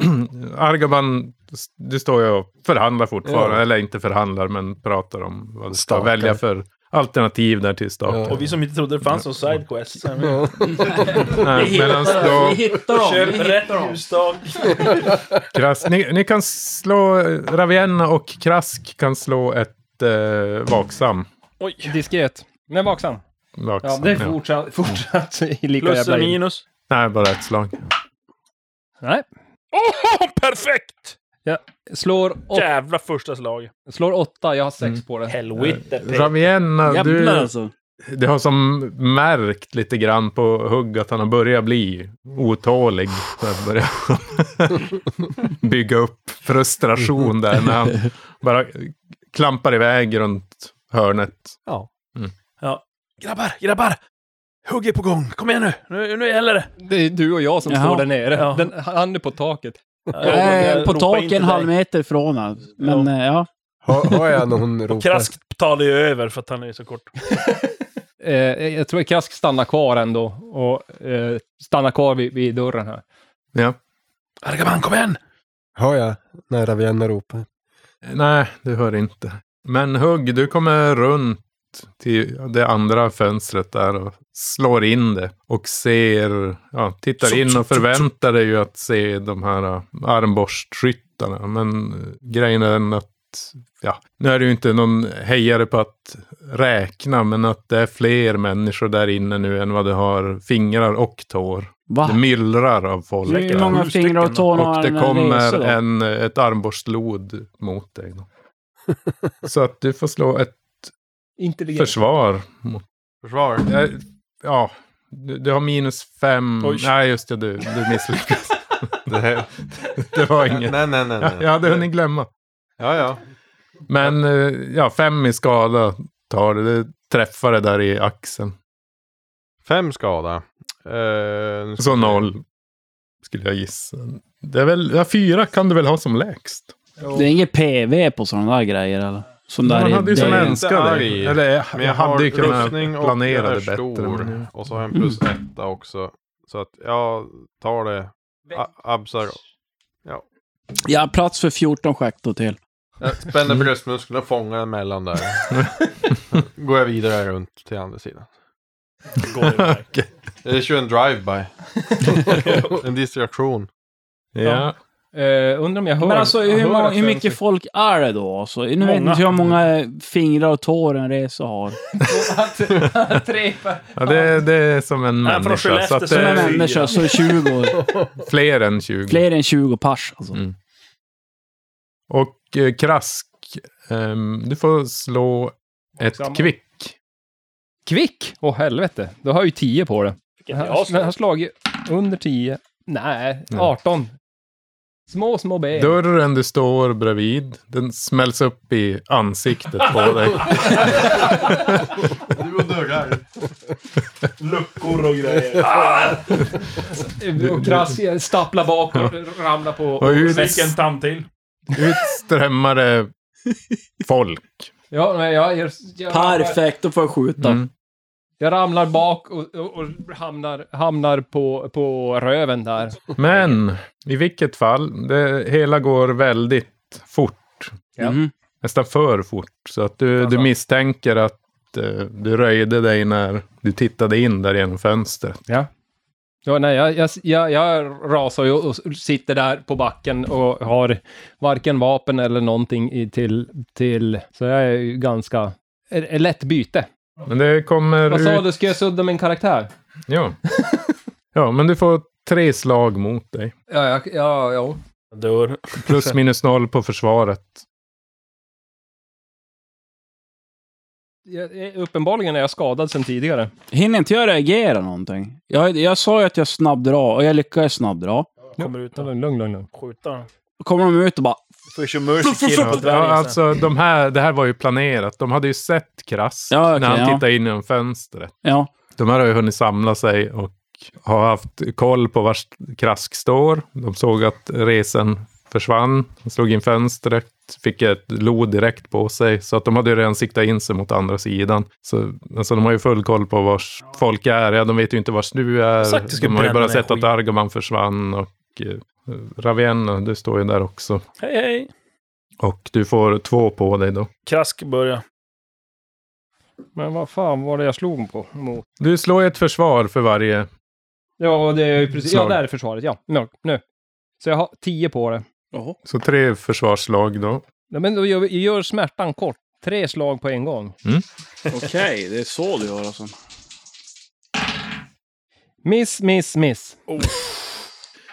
S2: *clears throat* Argaban, s- du står ju och förhandlar fortfarande.
S5: Ja.
S2: Eller inte förhandlar, men pratar om vad du ska
S5: Stakar.
S2: välja för alternativ där till staken.
S5: Ja.
S3: Och vi som inte trodde det fanns någon sidequest. så här, men-
S2: Nej, medans då...
S6: Vi hittar dem.
S3: Kör
S6: Vi hittar
S3: rätt
S6: dem.
S3: ljusstag.
S2: Krask. Ni, ni kan slå, eh, Ravienna och Krask kan slå ett eh, vaksam.
S7: Diskret. Men vaksam.
S2: vaksam
S7: Ja, det är
S2: ja.
S7: fortsatt, fortsatt i lika
S3: Plus
S7: jävla
S3: och
S7: in.
S3: minus.
S2: Nej, bara ett slag.
S7: Nej.
S3: Åh, perfekt!
S7: Slår, åt,
S3: Jävla första slag.
S7: slår åtta, jag har sex
S2: Mm.
S7: på det.
S2: Eh,
S3: Helvete. Pe-
S2: Ravienna, du,
S6: Jävlar alltså.
S2: du har som märkt lite grann på hugg att han har börjat bli otålig. Så han börjar *laughs* bygga upp frustration där när han bara klampar iväg runt hörnet.
S3: Grabbar, grabbar! Hugg är på gång. Kom igen nu. Nu, nu gäller det.
S2: Eh,
S7: Det är du och jag som
S6: Jaha.
S7: står där nere.
S3: Ja.
S7: Den, han är på taket.
S6: Jag är
S3: Jag
S6: på
S3: ropar
S6: taket
S3: inte
S6: en
S3: dig.
S6: halv meter ifrån här. Men eh, ja.
S5: Hör, hör jag när *laughs* hon ropar?
S3: Krask talar ju över för att han är så kort.
S7: Eh, jag tror att Krask stannar kvar ändå och eh, stannar kvar vid, vid dörren här.
S2: Ja.
S3: Argaman, kom igen!
S5: Hör jag när Ravienna ropar?
S2: Nej, du hör inte. Men Hugg, du kommer runt till det andra fönstret där och slår in det. Och ser, ja, tittar in och förväntar dig ju att se de här ä, armborstskyttarna. Men ä, grejen är den att, ja, nu är det ju inte någon hejare på att räkna, men att det är fler människor där inne nu än vad det har fingrar och tår.
S6: Va?
S2: Det myllrar av folk.
S6: Hur
S2: där.
S6: många
S3: Sju stycken
S6: fingrar och tår
S2: Och
S6: har
S2: det
S6: en resa
S2: kommer
S6: då?
S2: en, ett armborstlod mot dig. Då. Så att du får slå ett
S7: Intelligent.
S2: försvar. mot-
S8: Försvar.
S2: Eh, Ja, du, du har minus fem.
S3: Oj.
S2: Nej, just det, du, du misslyckas. det, det var inget.
S8: Nej, nej, nej. nej.
S2: Jag hade hunnit glömma.
S8: Ja, ja.
S2: Men eh, ja, fem i skada tar det. Det träffar det där i axeln.
S8: Fem skada. Eh, nu ska
S2: Så
S8: vi se.
S2: noll, skulle jag gissa. Det är väl, ja, fyra kan du väl ha som lägst?
S6: Det är inget PV på sådana där grejer eller? Sån
S2: Men
S6: där
S2: man
S6: i-
S2: hade ju som
S6: det-
S8: en-
S2: önskade.
S8: arg.
S2: Eller jag,
S8: Men
S2: jag, hade ju kunnat planera
S8: jag
S2: det
S8: är
S2: bättre.
S8: stor.
S2: men-
S8: Och så har jag en plus etta också. Så att jag tar det. A- Absar
S6: Jag har plats för 14 schaktor till.
S8: Jag spänner bröstmusklerna och fångar den mellan där. *laughs* Går jag vidare runt till andra sidan. Jag kör en drive-by. en distraktion.
S2: Ja.
S7: Eh, undrar om jag hör...
S6: Men alltså hur,
S7: hör
S6: många,
S7: att
S6: hur
S7: den-
S6: mycket folk är det då? Alltså, nu vet
S3: Många.
S6: jag inte hur många fingrar och tår en resa har.
S4: Att trepa.
S2: Ja, det, det är som en
S3: Ja,
S2: människa.
S3: från
S2: Så
S3: Skellefteå
S2: att
S3: som
S2: det
S6: Som en
S3: fyra.
S2: är
S6: människa så är 20,
S2: fler än 20.
S6: fler än 20 pers alltså.
S2: Mm. Och eh, Krask, ehm, du får slå ett
S3: Samma.
S2: kvick.
S7: Kvick! Åh helvete, då har jag ju 10 på det. Jag
S3: jag
S2: *laughs*
S7: har,
S3: slår.
S7: jag har slagit under 10. Nej,
S2: Nej.
S7: 18. Små, små ben.
S2: Dörren du står bredvid, den smälls upp i ansiktet på dig.
S8: Du och dörrar.
S3: Luckor och grejer.
S4: Och krass staplar bak och ramlar
S2: Och
S4: på...
S2: ut,
S3: Fick en tand till.
S2: ut strömmar det folk.
S7: Ja, nej, jag, jag, jag,
S6: Perfekt, då får jag skjuta.
S2: Mm.
S7: jag ramlar bak och, och, och hamnar, hamnar på, på röven där.
S2: Men i vilket fall, det hela går väldigt fort.
S7: Ja.
S6: Mhm.
S2: Nästan för fort. Så att du, du misstänker att eh, du röjde dig när du tittade in där genom fönstret.
S7: Ja, nej, jag, jag, jag, jag rasar ju och sitter där på backen och har varken vapen eller någonting i, till, till... Så jag är ju ganska... är- är lätt byte.
S2: Men det kommer
S7: Vad sa
S2: ut...
S7: du, ska jag sudda min karaktär?
S2: *laughs* Ja. ja, men du får tre slag mot dig.
S7: Ja, ja, ja, ja.
S3: Dörr.
S6: *laughs*
S2: Plus minus noll på försvaret.
S7: Jag, jag- uppenbarligen är jag skadad sedan tidigare.
S6: Hinner inte jag reagera någonting? Jag, jag sa ju att jag snabbdrar och jag lyckades snabbdra.
S3: Kommer ut och
S7: Lugn, lugn, lugn.
S3: skjuta den.
S6: Då kommer de ut och bara
S3: Får ju mercy kill på
S2: Ja,
S3: dvärgen sen.
S2: alltså, de här, det här var ju planerat. De hade ju sett Krass
S6: Ja, okej,
S2: när han
S6: ja.
S2: tittade in genom fönstret.
S6: ja.
S2: De här har ju hunnit samla sig och har haft koll på var Krask står. De såg att resen försvann, De slog in fönstret, fick ett lod direkt på sig. Så att de hade ju redan siktat in sig mot andra sidan. Så, alltså, de har ju full koll på var folk är. Ja, de vet ju inte var du
S3: Sagt, du
S2: är.
S3: ska
S2: De har ju
S3: bränna
S2: bara
S3: den här
S2: sett att
S3: skiten.
S2: Argoman försvann och eh, Ravenna, du står ju där också.
S3: Hej, hej.
S2: Och du får två på dig då.
S3: Krask börjar.
S7: Men vad fan var det jag slog på? Mot?
S2: Du slår ett försvar för varje.
S7: Ja, det är ju precis. Ja,
S2: Slag.
S7: där är försvaret. Ja, nu. nu. Så jag har 10 på det.
S2: Så tre försvarslag då.
S7: Ja, men då gör, vi- gör smärtan kort. Tre slag på en gång.
S2: Mm.
S6: Okej, det är så du gör alltså.
S7: Miss, miss, miss.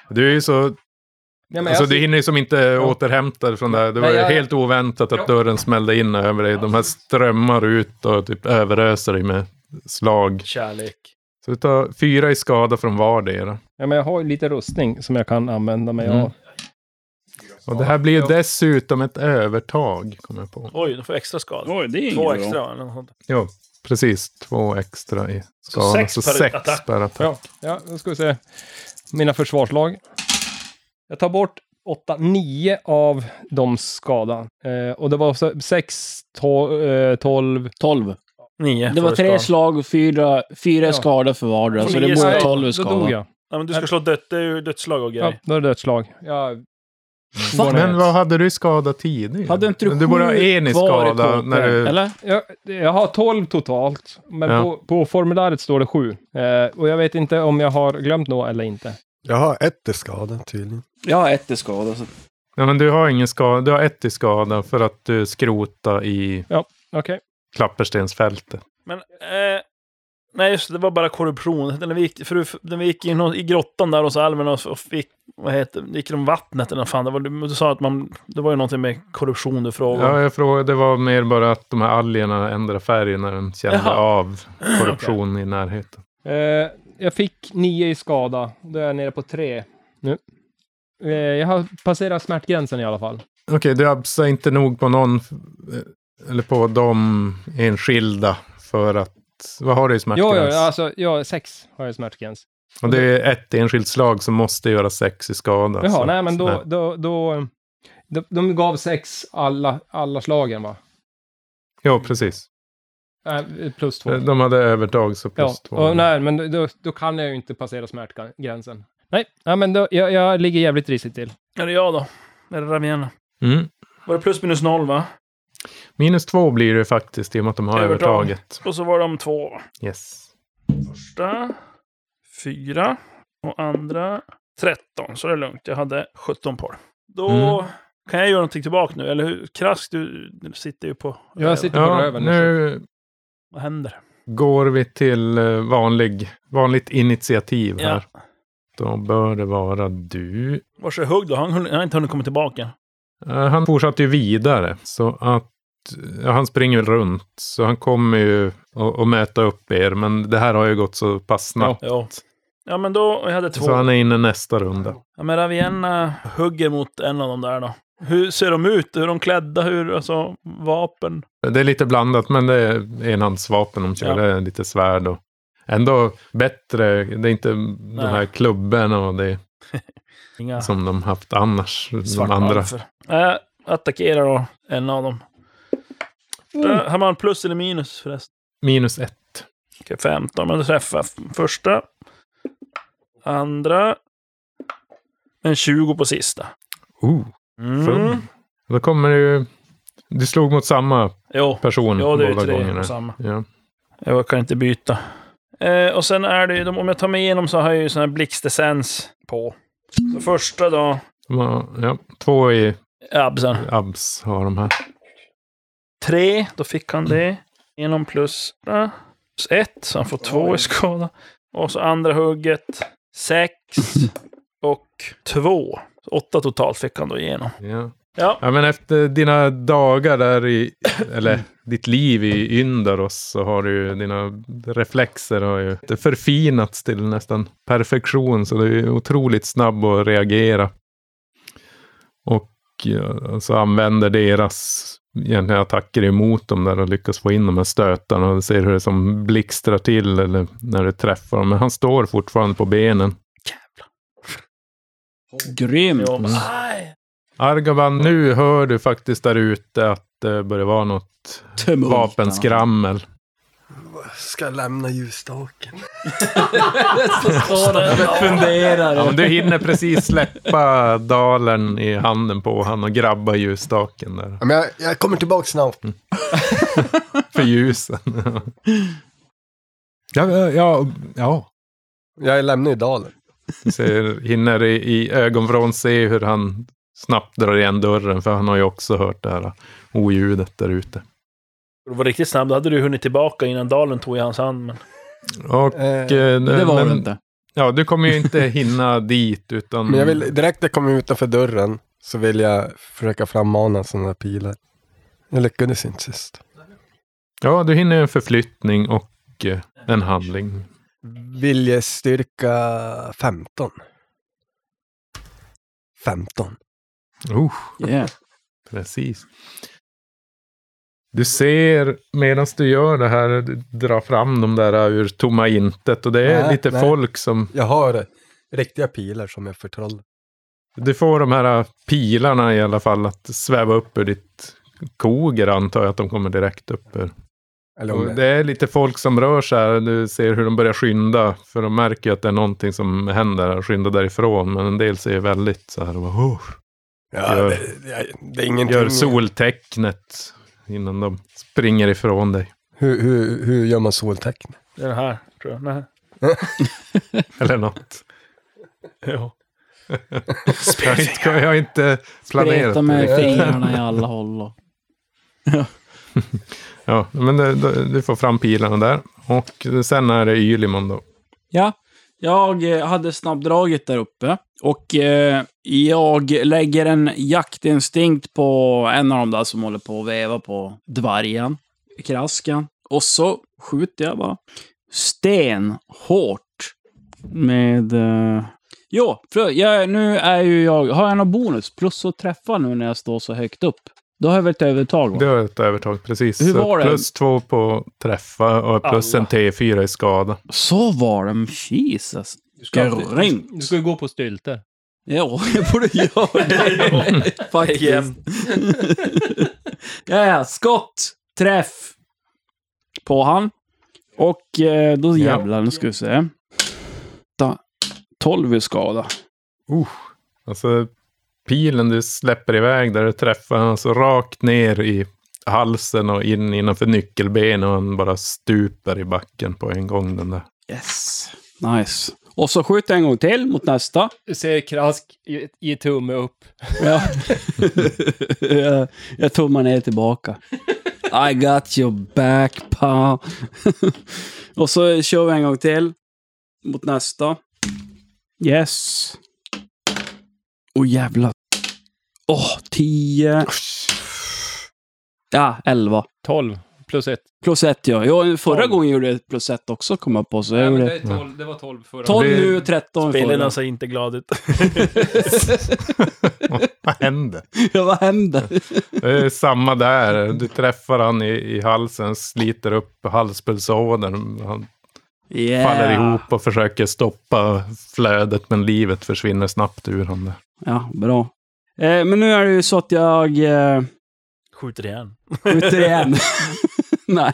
S2: Du är ju så...
S7: Ja,
S2: alltså, du hinner ju som inte återhämta dig från det här. Det var
S7: Nej, jag-
S2: ju helt oväntat att dörren smällde in över dig. De här strömmar ut och typ överöser dig med slag.
S3: Kärlek.
S2: Så du tar fyra i skada från vardera.
S7: ja, men jag har ju lite rustning som jag kan använda mig
S2: Mm.
S7: av.
S2: Och det här blir ju dessutom ett övertag, kommer jag på.
S3: Oj, du får extra skada.
S6: Oj, det är
S3: Två
S6: inget bra.
S3: extra, eller något sånt.
S2: Ja, precis. Två extra i skada. Så
S3: sex
S2: sex,
S3: per attack.
S2: sex per attack.
S7: Ja, ja, då ska vi se. Mina försvarslag. Jag tar bort 8, 9 av de skada. Eh, och det var så- sex, 12, eh, 12.
S6: 12.
S3: Nio.
S6: Det var
S3: första.
S6: tre slag och fyra, fyra
S7: Ja.
S6: skador för vardera,
S3: Får
S6: så det
S3: ni
S6: borde
S3: gissa?
S6: 12
S7: Då dog
S6: skador.
S7: jag.
S3: Ja, men du ska slå död, det är ju dödsslag och
S7: Ja,
S3: grejer.
S7: då är det ett slag. Ja. Var det
S2: Men
S7: ett?
S2: vad hade du i skada tidigare?
S6: Hade inte du
S2: du borde ha
S6: sju
S2: en i
S6: kvar i
S2: skada
S6: kåpor,
S2: när du
S6: Eller?
S7: Jag, jag har 12 totalt, men
S2: Ja.
S7: på, på formuläret står det 7. Eh, och jag vet inte om jag har glömt något eller inte.
S5: Jag har ett i skada tydligen.
S6: Jag har ett i skada. Så.
S2: Nej, men du har ingen skada. Du har ett i skada för att du skrota i
S7: Okej.
S2: klapperstensfältet.
S3: Men, eh, nej just det, det var bara korruption. Den vi gick, för, den vi gick in i grottan där hos alverna och, och fick, vad heter det, gick de vattnet eller vad fan det var. Du, du sa att man, det var ju någonting med korruption du frågade.
S2: Ja, jag frågade, det var mer bara att de här algerna ändrade färg när de kände
S3: Jaha.
S7: *clears throat*
S2: av korruption i närheten.
S7: Eh, jag fick 9 i skada. Då är jag nere på 3 nu. Eh, jag har passerat smärtgränsen i alla fall.
S2: Okej, du absar inte nog på någon, eh, eller på de enskilda för att, vad har du i
S7: Jo,
S2: smärtgräns?
S7: jo, alltså, ja, sex har jag i smärtgräns.
S2: Och det är ett enskilt slag som måste göra sex i skada.
S7: Jaha,
S2: så-
S7: nej men då,
S2: Alltså, nej.
S7: då, då, de, de gav sex alla, alla slagen va?
S2: Jo, precis.
S7: Äh, plus två.
S2: De hade övertag, så
S7: ja.
S2: Eh, plus två.
S7: Och, nej, men då, då kan jag ju inte passera smärtgränsen. Nej, nej men då, jag, jag ligger jävligt risigt till.
S3: Är det jag då? Eller ravierna.
S2: Mm.
S3: Var det plus minus noll va?
S2: Minus två blir det faktiskt i och med att de har
S3: Övertag.
S2: övertaget.
S3: Och så var de två.
S2: Yes.
S3: Första fyra och andra 13. Så det är lugnt. Jag hade 17 par. Då
S2: Mm.
S3: kan jag göra någonting tillbaka nu. Eller hur? Krask, du du sitter ju på...
S7: Jag sitter på
S2: Ja,
S7: röven nu.
S2: nu
S3: Vad händer?
S2: går vi till eh, vanlig, vanligt initiativ
S3: Ja.
S2: här. Då bör det vara du.
S3: Vars är hugg då? Han hunn- han har inte hunnit komma tillbaka.
S2: Eh, Han fortsatte ju vidare, så att ja, han springer väl runt. Så han kommer ju att, att möta upp er, men det här har ju gått så pass snabbt.
S3: Ja. Ja, men då... Jag hade två.
S2: så han är inne nästa runda.
S3: Ja, men Ravienna hugger mot en av dem där då. Hur ser de ut? Hur är de klädda? Hur, alltså, vapen?
S2: Det är lite blandat, men det är enhandsvapen de kör.
S3: Ja.
S2: Det är lite svärd och ändå bättre. Det är inte de här klubborna och det
S3: Inga
S2: som de haft annars.
S3: svarta
S2: de andra.
S3: alfer. Jag Äh, attackerar då en av dem. Där har man plus eller minus förresten?
S2: Minus ett.
S3: Okej, 15, men då träffar jag första. Andra. En 20 på sista.
S2: Oh,
S3: Mm.
S2: full. Då kommer det ju... Du slog mot samma
S3: Jo,
S2: person
S3: ja, det är ju
S2: båda
S3: tre
S2: gångerna.
S3: på samma.
S2: Ja.
S3: Jag kan inte byta. Eh, och sen är det ju, de- om jag tar mig igenom så har jag ju sån här blixtessens på. Så första då,
S2: De har- Ja, två i
S3: absen.
S2: abs har de här.
S3: Tre, då fick han det. Genom plus eh, plus ett, så han får två i skada. Och så andra hugget, sex och två. Så åtta totalt fick han då igenom.
S2: Ja.
S3: Ja.
S2: men efter dina dagar där i, eller ditt liv i Yndaros så har du ju, dina reflexer har ju förfinats till nästan perfektion. Så du är otroligt snabb att reagera. Och ja, så använder deras egentligen attacker emot dem där och lyckas få in de här stötarna. Och du ser hur det som blixtrar till eller när du träffar dem. Men han står fortfarande på benen.
S6: Grymt!
S3: Jag bara,
S2: Mm.
S3: aj!
S2: Argaban, nu hör du faktiskt där ute att det börjar vara något
S6: Tumult. *laughs*
S2: vapenskrammel.
S5: Ska jag lämna ljusstaken?
S6: Funderar.
S2: Ja, men du hinner precis släppa dalen i handen på han och grabba ljusstaken där.
S5: Ja, men jag, jag kommer tillbaka snabbt.
S2: För ljusen. *laughs* Ja, ja, ja.
S5: Jag lämnar ju dalen.
S2: Du ser, hinner i, i ögonvrån se hur han snabbt drar igen dörren, för han har ju också hört det här oljudet där ute.
S3: Du var riktigt snabb, då hade du hunnit tillbaka innan dalen tog i hans hand. Men...
S2: Och,
S5: Eh,
S2: eh,
S6: Det var
S2: men-
S6: det inte.
S2: Ja, du kommer ju inte hinna dit, utan...
S5: *laughs* Men jag vill, direkt när jag kommer utanför dörren så vill jag försöka frammana sådana pilar. Jag lyckades inte sist.
S2: Ja, du hinner en förflyttning och eh, en handling.
S5: Viljestyrka 15. 15.
S2: Oh,
S6: Yeah.
S2: precis. Du ser, medan du gör det här, du drar fram de där ur tomma intet. Och det är
S5: Nej,
S2: lite
S5: nej.
S2: folk som...
S5: Jag har eh, riktiga pilar som jag förtrollar.
S2: Du får de här pilarna i alla fall att sväva upp ur ditt koger, antar jag att de kommer direkt upp ur.
S5: Eller
S2: Och
S5: om
S2: det
S5: det,
S2: är lite folk som rör sig här. Du ser hur de börjar skynda. För de märker ju att det är någonting som händer här. Skynda därifrån. Men en del ser väldigt så här. och bara, "Oh."
S5: ja,
S2: gör-
S5: det, det, det är ingenting.
S2: Gör soltecknet innan de springer ifrån dig.
S5: Hur, hur, hur gör man soltecken?
S3: Det är det här, tror jag. Nej.
S2: Eller något.
S3: Ja.
S2: *laughs* Jag har inte, jag har inte planerat
S6: Spreta
S2: *laughs*
S6: med
S2: det.
S6: fingrarna i alla håll. Och...
S2: Ja, men det, det, du får fram pilarna där. Och sen är det Ylimon då.
S6: Ja, jag eh, hade snabbdraget där uppe. Och eh, jag lägger en jaktinstinkt på en av de där som håller på att veva på dvärgen, krasken. Och så skjuter jag bara stenhårt med... Eh, jo, för jag, nu är ju jag... Har jag någon bonus? Plus att träffa nu när jag står så högt upp. Då har jag väl ett övertag? Va?
S2: Du har ett övertag, precis.
S6: Hur
S2: Så
S6: var det?
S2: Plus två på träffa och plus en T4 i skada.
S6: Så var det. men Jesus.
S9: Du ska,
S6: Grymt.
S9: du ska ju gå på stylter.
S6: Ja, *laughs* jag borde göra
S9: *laughs*
S6: det. Faktiskt. ja, ja, skott, träff på han. Och eh, då
S2: Ja.
S6: jävlar, nu ska vi se. Ta, 12 i skada.
S2: Alltså, pilen du släpper iväg där du träffar han så rakt ner i halsen och in innanför nyckelbenet och han bara stupar i backen på en gång den där.
S6: Yes. Nice. Och så skjuter jag en gång till mot nästa.
S7: Du ser Krask i, i tumme upp.
S6: Ja. *laughs* jag, jag tummar ner tillbaka. I got your back, pal. *laughs* och så kör vi en gång till. Mot nästa. Yes. Åh jävlar. Åh, tio. Ja, elva.
S7: 12 plus 1.
S6: Plus ett ja. Jo, förra
S7: Tolv.
S6: gången gjorde jag plus ett också, kom jag på. Så jag gjorde
S7: det var 12 förra
S6: tolv
S2: det-
S6: nu, tretton förra.
S3: Bilderna ser inte glad ut. *laughs*
S2: Vad händer?
S6: *laughs* Ja, vad händer?
S2: Det är samma där. Du träffar han i, i halsen, sliter upp halspulsådern. Han
S6: Yeah.
S2: faller ihop och försöker stoppa flödet, men livet försvinner snabbt ur honom.
S6: Ja, bra. Eh, men nu är det ju så att jag eh,
S3: Skjuter igen.
S2: *laughs*
S6: skjuter igen. Nej.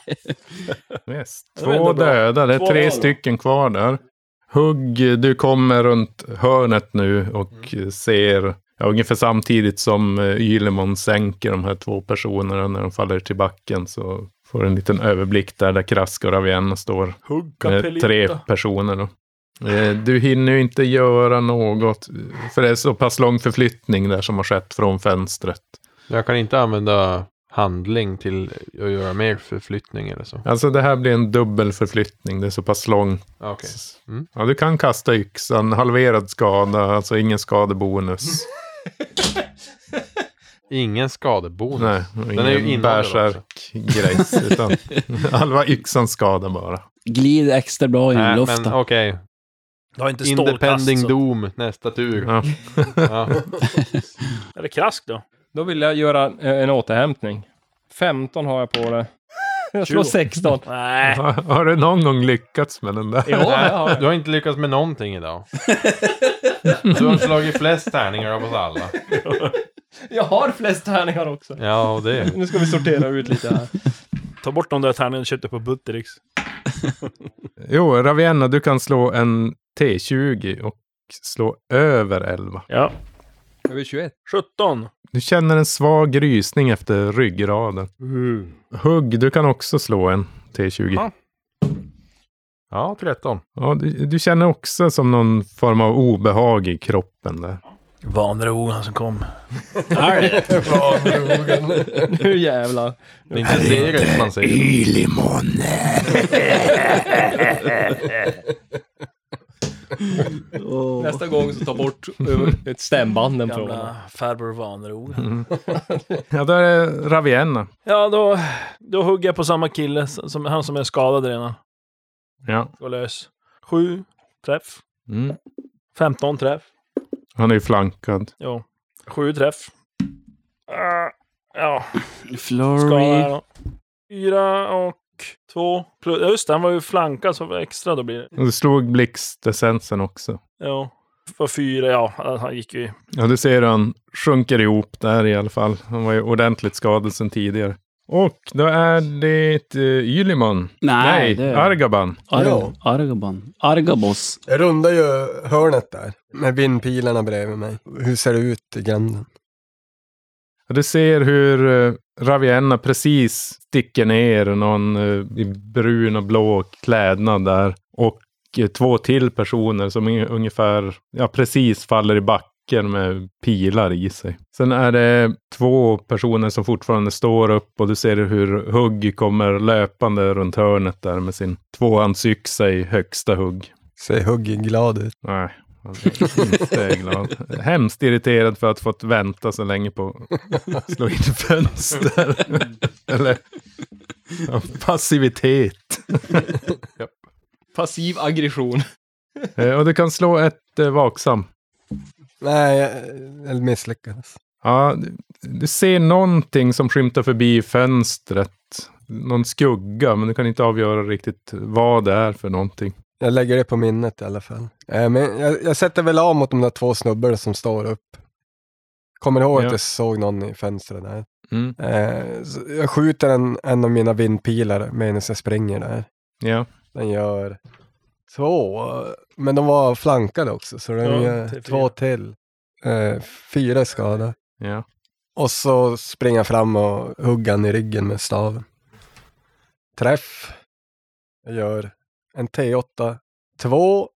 S2: Yes.
S3: Det var ändå
S2: Två
S3: bra.
S2: döda, det är
S3: Två
S2: tre
S3: var det.
S2: stycken kvar där. Hugg, du kommer runt hörnet nu och ser, ja, ungefär samtidigt som eh, Ylemon sänker de här två personerna när de faller till backen så får du en liten överblick där, där Krask och Ravienna står
S3: Hugg
S2: med Eh, tre
S3: Capelita.
S2: personer. Då. Eh, Du hinner ju inte göra något, för det är så pass lång förflyttning där som har skett från fönstret.
S8: Jag kan inte använda handling till att göra mer förflyttning eller så.
S2: Alltså det här blir en dubbel förflyttning, det är så pass lång
S8: Okej. Mm.
S2: Ja, du kan kasta yxan, halverad skada, alltså ingen skadebonus.
S8: Mm. Ingen skadebonus.
S2: Nej, och ingen
S8: är ju inandad
S2: bärsärk-grejs,
S8: *laughs*
S2: utan halva yxan skada bara.
S6: Glid extra bra
S8: Nej,
S6: i luften.
S8: men okej.
S3: Du har inte stålkast. alltså.
S8: Independing
S3: så-
S8: Doom nästa tur.
S2: Ja.
S8: Ja.
S3: Är det krask då?
S7: Då vill jag göra en, en återhämtning. 15 har jag på det. *laughs* Jag slår
S3: Tjugo.
S7: 16.
S3: Nej.
S2: Har, har du någon gång lyckats med den där?
S7: Jo, det har jag.
S8: Du har inte lyckats med någonting idag. Du har slagit flest tärningar av oss alla.
S7: *laughs* Jag har flest tärningar också.
S8: Ja, och det.
S7: Nu ska vi sortera ut lite *laughs* här.
S3: Ta bort de där tärningarna du köpte på Buttericks.
S2: Jo, Ravienna, du kan slå en T20 och slå över 11.
S3: Ja.
S7: Över 21.
S3: 17.
S2: Du känner en svag rysning efter ryggraden. Hugg, du kan också slå en T20.
S8: Ja. Ja, 13.
S2: Ja, du, du känner också som någon form av obehag i kroppen där.
S3: Vanrogen han som kom.
S7: Nu jävlar.
S8: Det är inte Segerts man säger.
S1: Ilimon!
S7: Nästa gång så ta bort eh, ett stämbanden från honom.
S3: Gamla farbror Vanrogen.
S2: *laughs* Ja, då är det Ravienna.
S3: *laughs* Ja, då, då hugger jag på samma kille, som, han som är skadad redan.
S2: Ja.
S3: Går lös. Sju träff.
S2: Mm.
S3: 15 träff.
S2: Han är ju flankad.
S3: Jo. Sju träff. Ah, ja, skada
S6: Flurry.
S3: då. Fyra och två. Plus, ja, just det, han var ju flankad, så extra då blir det.
S2: Och du slog blixtessensen också.
S3: Ja. För fyra, ja, han gick ju...
S2: Ja, du ser hur han sjunker ihop där i alla fall. Han var ju ordentligt skadad sedan tidigare. Och då är det uh, Ylimon.
S6: Nej,
S2: Nej,
S6: det-
S2: Argaban.
S6: Arg- Argaban. Argabos.
S5: Jag rundar ju hörnet där med vindpilarna bredvid mig. Hur ser det ut i gränden?
S2: Ja, Du ser hur eh, Ravienna precis sticker ner någon eh, i brun och blå klädnad där. Och eh, två till personer som i- ungefär, ja precis faller i backen med pilar i sig. Sen är det två personer som fortfarande står upp och du ser hur Hugg kommer löpande runt hörnet där med sin tvåhandsyxa i högsta hugg.
S5: Ser huggig glad ut.
S2: Nej, han är inte glad. Hemskt irriterad för att fått vänta så länge på att slå in fönster. Eller ja, passivitet.
S7: Passiv aggression.
S2: Eh, Och du kan slå ett eh, vaksam.
S5: Nej, jag- jag misslyckades.
S2: Ja, du- du ser någonting som skymtar förbi fönstret. Någon skugga, men du kan inte avgöra riktigt vad det är för någonting.
S5: Jag lägger det på minnet i alla fall. Eh, men jag, jag sätter väl av mot de där två snubbarna som står upp. Kommer ihåg
S2: Ja.
S5: att jag såg någon i fönstret där.
S2: Mm.
S5: Eh, så jag skjuter en, en av mina vindpilar medan jag springer där.
S2: Ja.
S5: Den gör två, men de var flankade också så den
S3: Ja,
S5: gör
S3: till fyra.
S5: två till. Eh, fyra skada.
S2: Ja.
S5: Och så springer jag fram och hugger han i ryggen med staven. Träff. Jag gör en T8, två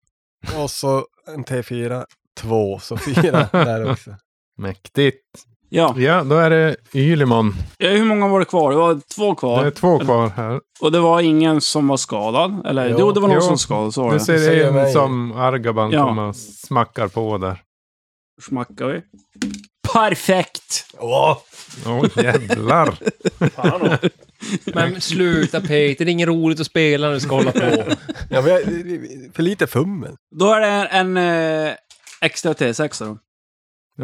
S5: och så en T4, två. Så
S3: *laughs*
S5: fyra där också.
S2: Mäktigt.
S6: Ja.
S2: Ja, då är det Ylimon.
S6: Eh, Hur många var det kvar? Det var två
S2: Det
S6: kvar.
S2: är två kvar här.
S6: Och det var ingen som var skadad? Eller?
S5: Jo.
S6: Jo, det var någon
S2: Jo.
S6: som var skadad. Så var
S2: Du
S6: det.
S2: ser
S5: ser
S2: en
S5: mig.
S2: som Argaban
S6: Ja.
S2: kommer och smackar på där.
S6: Smackar vi. Perfekt!
S2: Åh,
S3: *laughs*
S2: jävlar.
S8: *laughs*
S7: Men sluta Peter, det är inget roligt att spela när du ska hålla *laughs* på.
S5: Ja, men jag, för lite fummel.
S6: Då är det en eh, extra T6 då.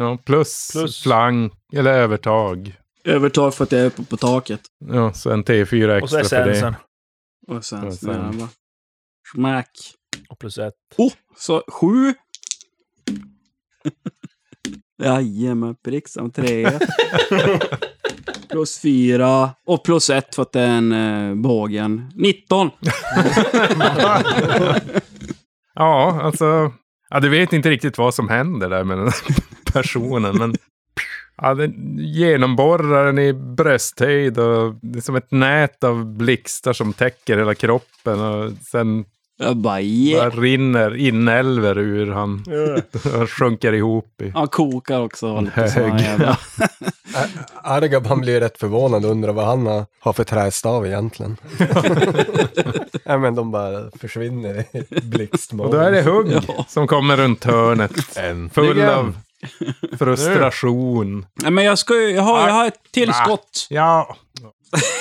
S2: Ja, plus,
S3: Plus.
S2: flank, eller övertag.
S6: Övertag för att jag är uppe på taket.
S2: Ja, så en T4
S3: Och så
S2: extra för det.
S3: essensen.
S6: Och sen,
S2: Och
S6: och
S2: sen-
S6: sen. Smack.
S3: Och plus ett.
S6: Oh, så sju. *laughs* Jajamän, prick som trea. plus fyra. Och plus ett för att det är en eh, bågen. 19!
S2: Ja, alltså. Ja, du vet inte riktigt vad som händer där med den här *laughs* personen, men ja, den genomborrar den i brösthöjd och det är som ett nät av blixtar som täcker hela kroppen och sen
S6: Jag bara yeah.
S2: bara rinner inälvor ur han. *laughs* Han sjunker ihop i.
S6: Han kokar också. och Lite sån här
S2: Hög.
S6: jävla.
S5: Argaban blir rätt förvånad och undrar vad han har- har för trästav egentligen. Nej men de bara försvinner i blixtmål.
S2: Och då är det hugg
S6: *laughs* Ja.
S2: som kommer runt *laughs* hörnet. Full av frustration.
S6: Nej, men jag ska ju... Jag har, jag har ett till
S2: Ah.
S6: skott *laughs*
S2: Ja,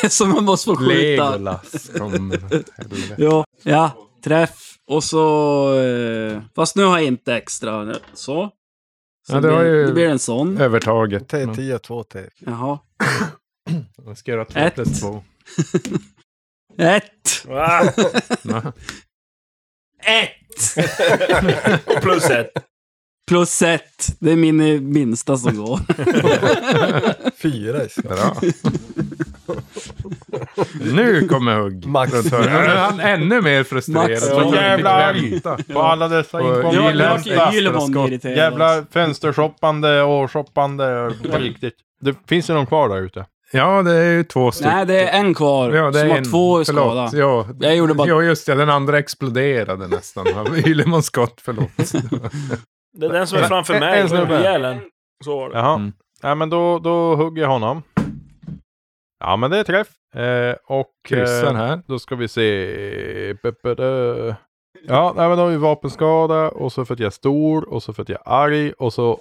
S6: som jag måste få skjuta.
S2: Legolas kommer. Helvete.
S6: Ja, ja. Träff. Och så... Eh, fast nu har jag inte extra. nu. Så.
S2: Ja,
S6: så
S2: det
S6: blir,
S2: var ju-
S6: det blir en sån.
S2: Övertaget.
S5: T10 och 2T.
S6: Jaha.
S2: Jag ska göra två
S6: Ett.
S2: plus två.
S6: Ett!
S3: Ah,
S6: Ett!
S3: och plus ett.
S6: Plus ett. Det är min minsta som *laughs* går.
S5: Fyra i skott.
S2: Bra. nu kommer hugg.
S5: Max.
S2: runt hörnet. Nu är han ännu mer frustrerad.
S6: Max.
S2: för att han
S8: Jävlar.
S2: fick vänta.
S8: På alla dessa
S2: Och
S8: inkommande
S2: Gillan-
S8: länsar.
S6: Gyllemon
S2: skott.
S6: irriterad.
S8: Jävla fönstershoppande och shoppande. På riktigt. Det finns ju någon kvar där ute.
S2: Ja, det är ju två stycken.
S6: Nej, det är en kvar
S2: Ja, det
S6: som
S2: är
S6: har
S2: en.
S6: två i skada.
S2: Förlåt. Ja.
S6: Jag gjorde bara-
S2: ja, just det. Den andra exploderade nästan. av Ylemons skott, förlåt.
S3: Det är den
S8: *laughs*
S3: som är framför
S8: En-
S3: mig.
S8: en
S3: En
S8: snubbe.
S3: ihjäl en. Så var det.
S8: Jaha.
S2: Mm.
S8: Ja, men då, då hugger jag honom. Ja, men det är träff. Eh, och
S2: Kryssar
S8: eh,
S2: här.
S8: då ska vi se. Ba-ba-da. Ja, nej, men då har vi vapenskada och så för att jag är stor och så för att jag är arg och så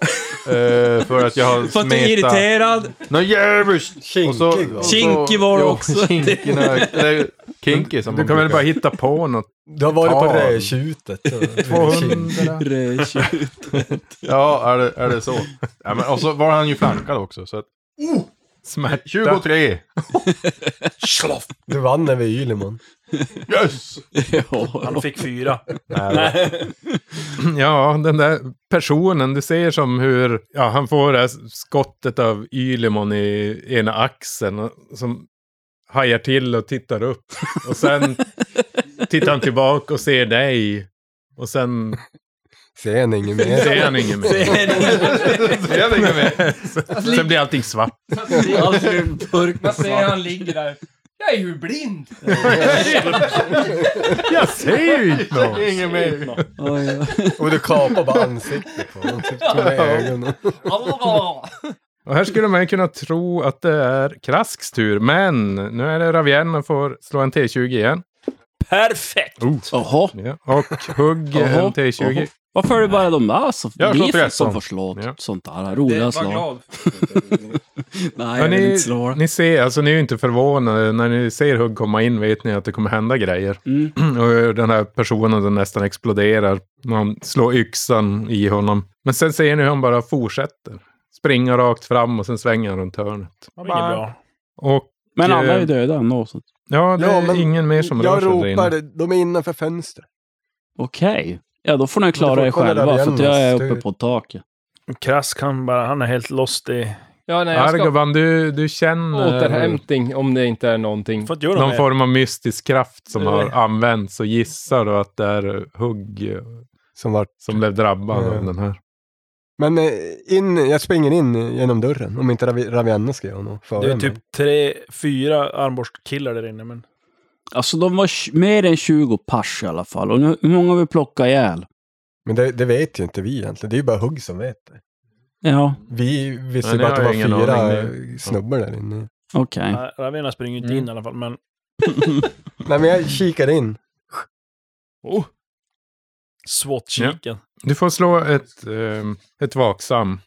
S8: eh, för att
S2: *laughs*
S8: jag har
S6: För att du är
S8: smeta.
S6: irriterad.
S8: Nå jävligt! Och så-
S5: Kinkig
S8: och
S5: va?
S8: så-
S6: Kinky var du
S8: jo,
S6: också.
S8: Kinky, nej, eller kinky som
S2: Du
S8: man
S2: kan väl
S8: brukar-
S2: bara hitta på något.
S5: Du har varit på
S2: Ja.
S5: rödtjutet. så det blir kink.
S2: 200.
S8: Ja, är det, är det så? Ja, men, och så var han ju flankad också. Så att,
S2: Smärta.
S8: 23!
S5: Du vann över Ylemon.
S8: Yes!
S3: Han fick fyra.
S8: Nej,
S2: Ja, den där personen, du ser som hur ja, han får det här skottet av Ylimon i ena axeln och, som hajar till och tittar upp. Och sen tittar han tillbaka och ser dig. Och sen
S5: Ser han ingen mer?
S2: ser han inget mer.
S8: det är inget mer.
S2: *laughs* Sen blir allting svart.
S6: alltså
S4: Man ser han ligger där. Jag är ju blind!
S2: Jag ser ju inte något!
S8: Det är inget mer.
S6: Oj, ja.
S5: Och du kapar bara ansiktet på honom. Typ med ögonen.
S2: Och här skulle man ju kunna tro att det är Krasks tur, men nu är det Ravien och får slå en T20 igen.
S3: Perfekt!
S6: Jaha.
S2: Ja. Och hugg
S6: Jaha.
S2: en T20.
S6: Jaha. Varför är det bara de där som,
S8: Jag slår
S6: vi som- som
S8: 13.
S6: får slå
S2: Ja.
S6: sånt där? Roliga
S4: Var
S6: slag.
S4: glad.
S6: *laughs* Nej,
S2: Ja,
S6: jag vill
S2: ni,
S6: inte slå det.
S2: ni ser, alltså ni är ju inte förvånade. När ni ser Hugg komma in vet ni att det kommer hända grejer. *clears throat*
S6: Mm.
S2: Och den här personen den nästan exploderar. Man slår yxan i honom. Men sen ser ni hur han bara fortsätter. Springa rakt fram och sen svänger han runt hörnet.
S3: Det var inget bra.
S2: Och
S6: Men alla är ju
S2: eh,
S6: döda ändå. så-
S2: ja, det
S5: Ja,
S2: är
S5: men
S2: ingen mer som rör
S5: Jag
S2: sig där inne.
S5: ropar, de är innanför fönstret.
S6: Okej. Ja, då får ni klara er
S5: fortfarande
S6: själva, för att jag är
S5: Raviennas
S6: uppe
S5: tur.
S6: på taket.
S3: Krask, han, bara, han är helt lost i...
S7: Ja, nej, jag ska
S2: Argoban, du, du känner
S7: återhämtning om det inte är någonting.
S3: För att göra
S2: någon
S3: något mer.
S2: form av mystisk kraft som
S3: Det-
S2: har använts och gissar då att det är Hugg eh,
S5: Som var
S2: som blev drabbad
S5: Ja.
S2: av den här.
S5: Men eh, in, jag springer in genom dörren om inte Ravi- Ravienna ska göra något före
S3: Det är
S5: mig.
S3: typ tre, fyra armborstkillar där inne, men...
S6: Alltså de var tj- mer än 20 pers i alla fall. Och nu- hur många har vi plockat ihjäl?
S5: Men det, det vet ju inte vi egentligen. Det är ju bara Hugg som vet det.
S6: Ja,
S5: Vi visste
S2: Nej,
S5: ju bara att
S2: det har
S5: det var
S2: jag ingen
S5: fyra
S2: aning,
S5: snubbar där inne.
S6: okej.
S3: Nej, Ravena springer inte in i alla fall, men...
S5: Nej, men jag kikar in.
S3: SWAT-kiken.
S2: Du får slå ett, ehm, ett vaksam.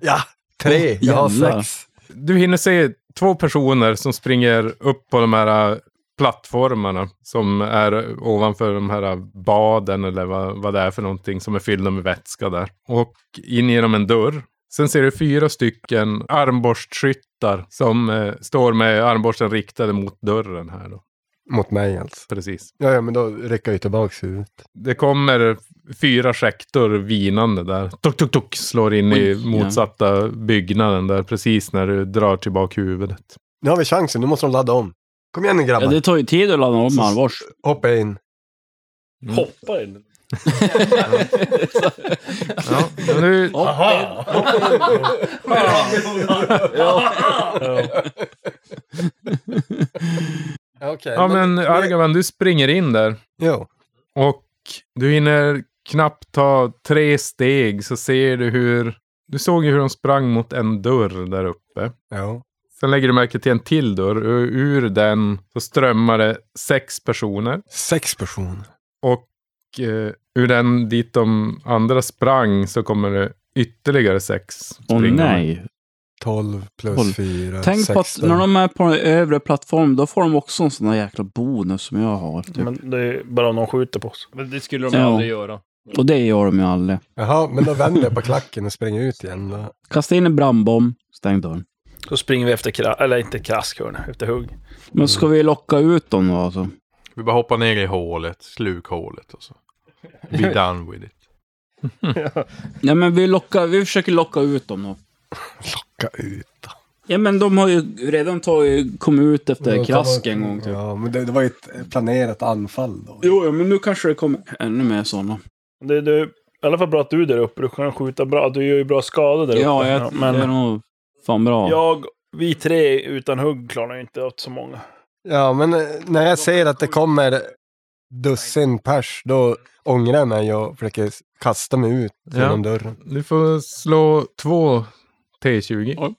S5: Ja, tre.
S6: Åh,
S5: jag har
S6: jävlar.
S5: sex.
S2: Du hinner se två personer som springer upp på de här äh, plattformarna som är ovanför de här äh, baden eller vad, vad det är för någonting som är fyllda med vätska där. Och in genom en dörr. Sen ser du fyra stycken armborstskyttar som eh, står med armborsten riktade mot dörren här då.
S5: Mot mig alltså.
S2: Precis.
S5: Ja, ja, men då rycker jag ju tillbaks huvudet.
S2: Det kommer fyra skäktor vinande där. Tuk, tuk, tuk, slår in i
S6: Oj, ja.
S2: motsatta byggnaden där precis när du drar tillbaka huvudet.
S5: Nu har vi chansen. Nu måste de ladda om. Kom igen nu grabbar.
S6: Ja, det tar ju tid att ladda om
S5: Så-
S6: allvars.
S5: Hoppa in.
S6: Mm.
S3: Hoppa in.
S2: Ja, men nu,
S5: Ja, Okej.
S2: *laughs* ja, men Argavan, du springer in där.
S5: Jo.
S2: Och du hinner knappt ta tre steg så ser du hur... Du såg ju hur de sprang mot en dörr där uppe.
S5: Jo.
S2: Sen lägger du märke till en till dörr. Och ur den så strömmar det sex personer.
S5: Sex personer.
S2: Och eh, ur den dit de andra sprang så kommer det ytterligare sex
S6: Åh
S2: springande.
S6: nej.
S5: Tolv plus
S6: Tolv.
S5: fyra.
S6: Tänk på att
S5: sexton.
S6: när de är på den övre plattformen, då får de också en sån där jäkla bonus som jag har. Typ.
S3: Men det är bara om någon skjuter på oss.
S7: Men det skulle de
S6: Ja.
S7: aldrig göra.
S6: Och det gör de ju aldrig.
S5: Jaha, men då vänder jag på klacken och springer ut igen. Då.
S6: Kasta in en brandbomb, stäng dörren.
S3: Så springer vi efter krask, eller inte krask hörni, efter hugg.
S6: Men ska vi locka ut dem då alltså?
S8: Vi bara hoppar ner i hålet, slukhålet och så.
S3: *laughs*
S8: Be done with it.
S6: Ja, men vi, lockar, vi försöker locka ut dem då.
S5: Locka ut.
S6: Ja, men de har ju redan tagit, kommit ut efter
S5: Ja,
S6: krask
S5: det var-
S6: en gång. Typ.
S5: Ja, men det, det var ju ett planerat anfall då.
S6: Jo, ja, men nu kanske det kommer ännu mer sådana.
S3: Det, det är i alla fall bra att du är där uppe, du kan skjuta bra. Du gör ju bra skada där
S6: Ja,
S3: uppe.
S6: jag, det är
S3: men
S6: nog fan bra.
S3: jag, vi tre utan hugg klarar ju inte åt så många.
S5: Ja, men eh, när jag ser att det kommer dussin pers, då ångrar jag mig och försöker s- kasta mig ut
S2: Ja.
S5: genom dörren.
S2: Du får slå två T20.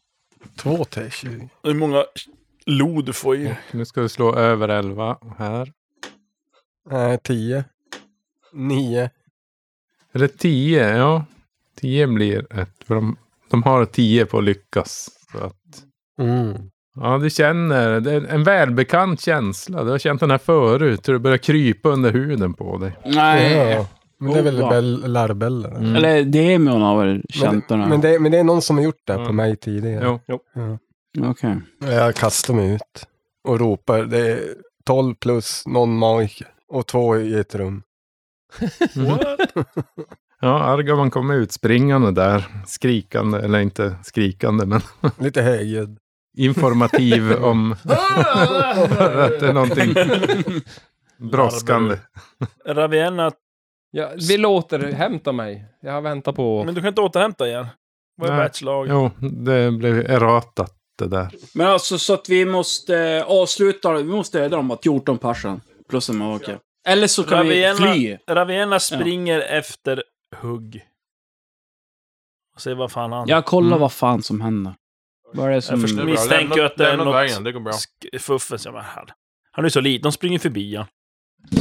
S5: Två T20.
S3: Hur många lo du får i.
S2: Nu ska du slå över 11 här.
S5: Nej, tio. Nio.
S2: Eller 10, ja. 10 blir ett. För de, de har 10 på att lyckas. Så att,
S5: Mm.
S2: ja, du känner. Det är en välbekant känsla. Du har känt den här förut. Hur det börjar krypa under huden på dig.
S6: Nej.
S5: Ja. Men det är väl
S6: Ola.
S5: bell- larbella. det.
S2: Mm.
S6: Eller Demion har väl
S5: Men,
S6: känt
S5: det,
S6: den här.
S5: men, det, men det är någon som har gjort det
S2: Ja.
S5: på mig tidigare.
S2: Jo.
S6: Okej.
S5: Jag kastar mig ut och ropar. Det är 12 plus någon magiker och två i ett rum.
S2: Ja, Argaman kommer utspringande där. Skrikande, eller inte skrikande, men
S5: Lite högljudd.
S2: informativ om *laughs* att det är någonting brådskande.
S3: Ravienna,
S7: Ja, vi låter hämta mig. Jag har väntat på...
S3: men du kan inte återhämta igen. Vad är
S2: Nej.
S3: världslag?
S2: Jo, det blev erratat det där.
S6: Men alltså så att vi måste eh, avsluta, vi måste döda dem, att 14 persen. Plus en magiker. Eller så kan vi
S3: Ravienna-
S6: fly.
S3: Ravienna springer efter hugg. Och ser vad fan han...
S6: Jag kollar vad fan som händer. Vad är det som...
S3: Mm. Jag förstår. misstänker att det är något-
S8: vägen, det går bra.
S3: Sk- Fuffen, som är här. Han är ju så liten, de springer förbi han.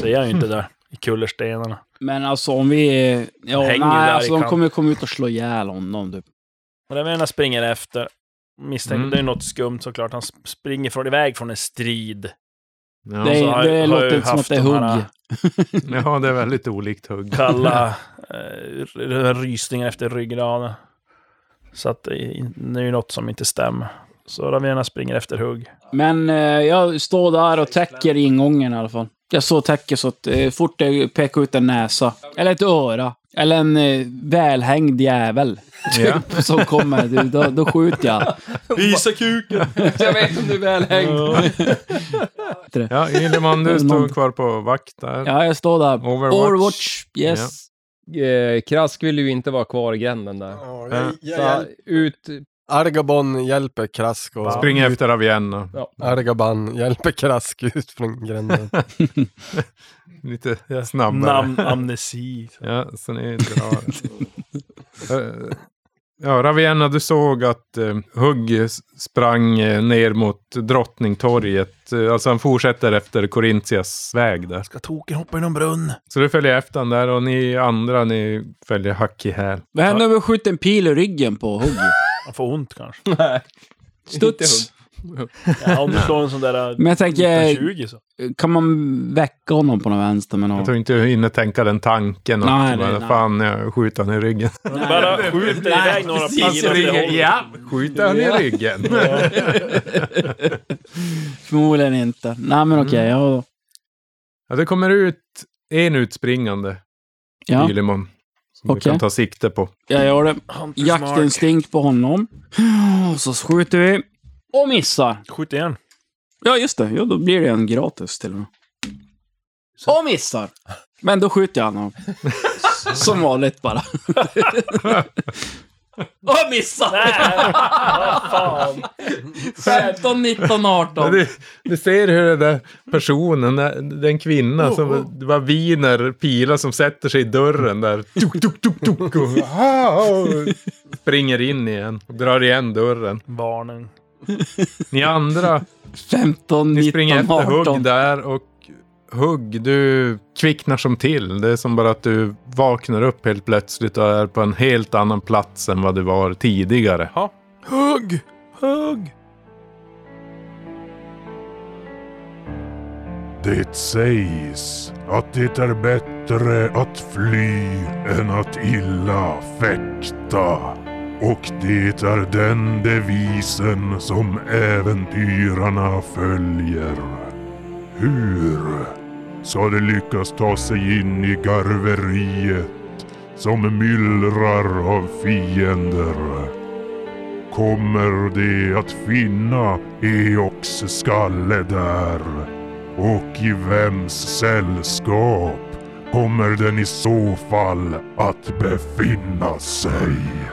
S3: Så jag är ju inte där. I kullerstenarna.
S6: Men alltså om vi... Ja, nej,
S3: Hänger där i
S6: alltså de
S3: kant.
S6: kommer ju komma ut och slå ihjäl honom typ.
S3: Ravienna springer efter. Misstänker,
S2: Mm.
S3: det är något skumt såklart. Han sp- springer från, iväg från en strid.
S2: Ja,
S6: det
S3: så har-
S6: är, det
S3: har ju
S6: låter inte som att
S3: haft
S6: det är
S3: de
S6: hugg.
S3: här-
S2: ja, det är väldigt olikt hugg.
S3: Kalla eh, r- rysningar efter ryggraden. Så att det är det är ju något som inte stämmer. Så Ravienna springer efter hugg.
S6: Men eh, jag står där och täcker ingången i alla fall. Jag står och täcker så att eh, fort jag pekar ut en näsa, eller ett öra, eller en eh, välhängd jävel *laughs* Typ,
S2: Ja.
S6: som kommer, du, då, då skjuter jag.
S3: Visa kuken!
S4: Jag vet om du är välhängd.
S2: Ja, Illiman, du
S6: Någon-
S2: står kvar på vakt där.
S6: Ja, jag står där.
S2: Overwatch.
S6: Overwatch, yes.
S7: *laughs* eh, Krask vill ju inte vara kvar i gränden där.
S5: Ja,
S2: Ja.
S5: jag, jag,
S7: Så
S5: hjälp,
S7: ut...
S5: Argabon hjälper Krask och
S2: Spring efter Avienna.
S7: Ja.
S5: Argaban hjälper Krask ut från gränden.
S2: Lite snabbare.
S3: Namnamnesi.
S2: Ja, så ni drar. Eh, ja, Ravenna, du såg att eh, Hugg s- sprang eh, ner mot Drottningtorget. Eh, alltså han fortsätter efter Corintias väg där.
S3: Ska token hoppa i någon brunn?
S2: Så du följer efter honom där och ni andra, ni följer hack i häl.
S6: Vad händer om vi skjuter en pil i ryggen
S2: *laughs*
S6: på Hugg?
S3: Han får ont kanske.
S6: Studs.
S3: Ja, om du slår en sån där...
S6: Men jag tänker,
S3: 20 så.
S6: kan man väcka honom på någon vänster med
S2: Jag
S6: något?
S2: tror inte du hinner tänka den tanken. Och
S6: Nej,
S2: bara,
S6: nej, nej.
S2: Fan, jag skjuter han i ryggen. Alltså,
S3: Bara skjuter
S6: Nej,
S3: iväg några
S6: precis.
S3: pilar åt det hållet.
S2: ja, skjuter han i ryggen.
S6: Förmodligen inte. Nej, men
S2: Mm.
S6: okej. ja,
S2: ja, det kommer ut en utspringande,
S6: ja,
S2: Ylimon. Som du
S6: Okej.
S2: kan ta sikte på.
S6: jag gör det.
S3: Hunter's mark.
S6: Jaktinstinkt på honom. *gasps* Så skjuter vi. Och missar.
S3: Skjut igen.
S6: Ja, just det. Ja, då blir det en gratis till och med. Och missar! Men då skjuter jag
S2: *laughs*
S6: honom. S- Som vanligt bara. Och missar!
S3: Fan.
S6: 15, 19, 18.
S2: Ja, du, du ser hur den där personen, den kvinna som det var viner pilar som sätter sig i dörren där. Tuk, tuk, tuk, tuk, och, aha, och springer in igen och drar igen dörren.
S3: Barnen.
S2: Ni andra,
S6: 15,
S2: ni springer
S6: 19,
S2: efter Hugg
S6: 18.
S2: där och Hugg, du kvicknar som till. Det är som bara att du vaknar upp helt plötsligt och är på en helt annan plats än vad du var tidigare.
S5: Hugg!
S1: Det sägs att det är bättre att fly än att illa fäkta. Och det är den devisen som äventyrarna följer. Hur ska de lyckas ta sig in i garveriet som myllrar av fiender? Kommer de att finna Eoks skalle där? Och i vems sällskap kommer den i så fall att befinna sig?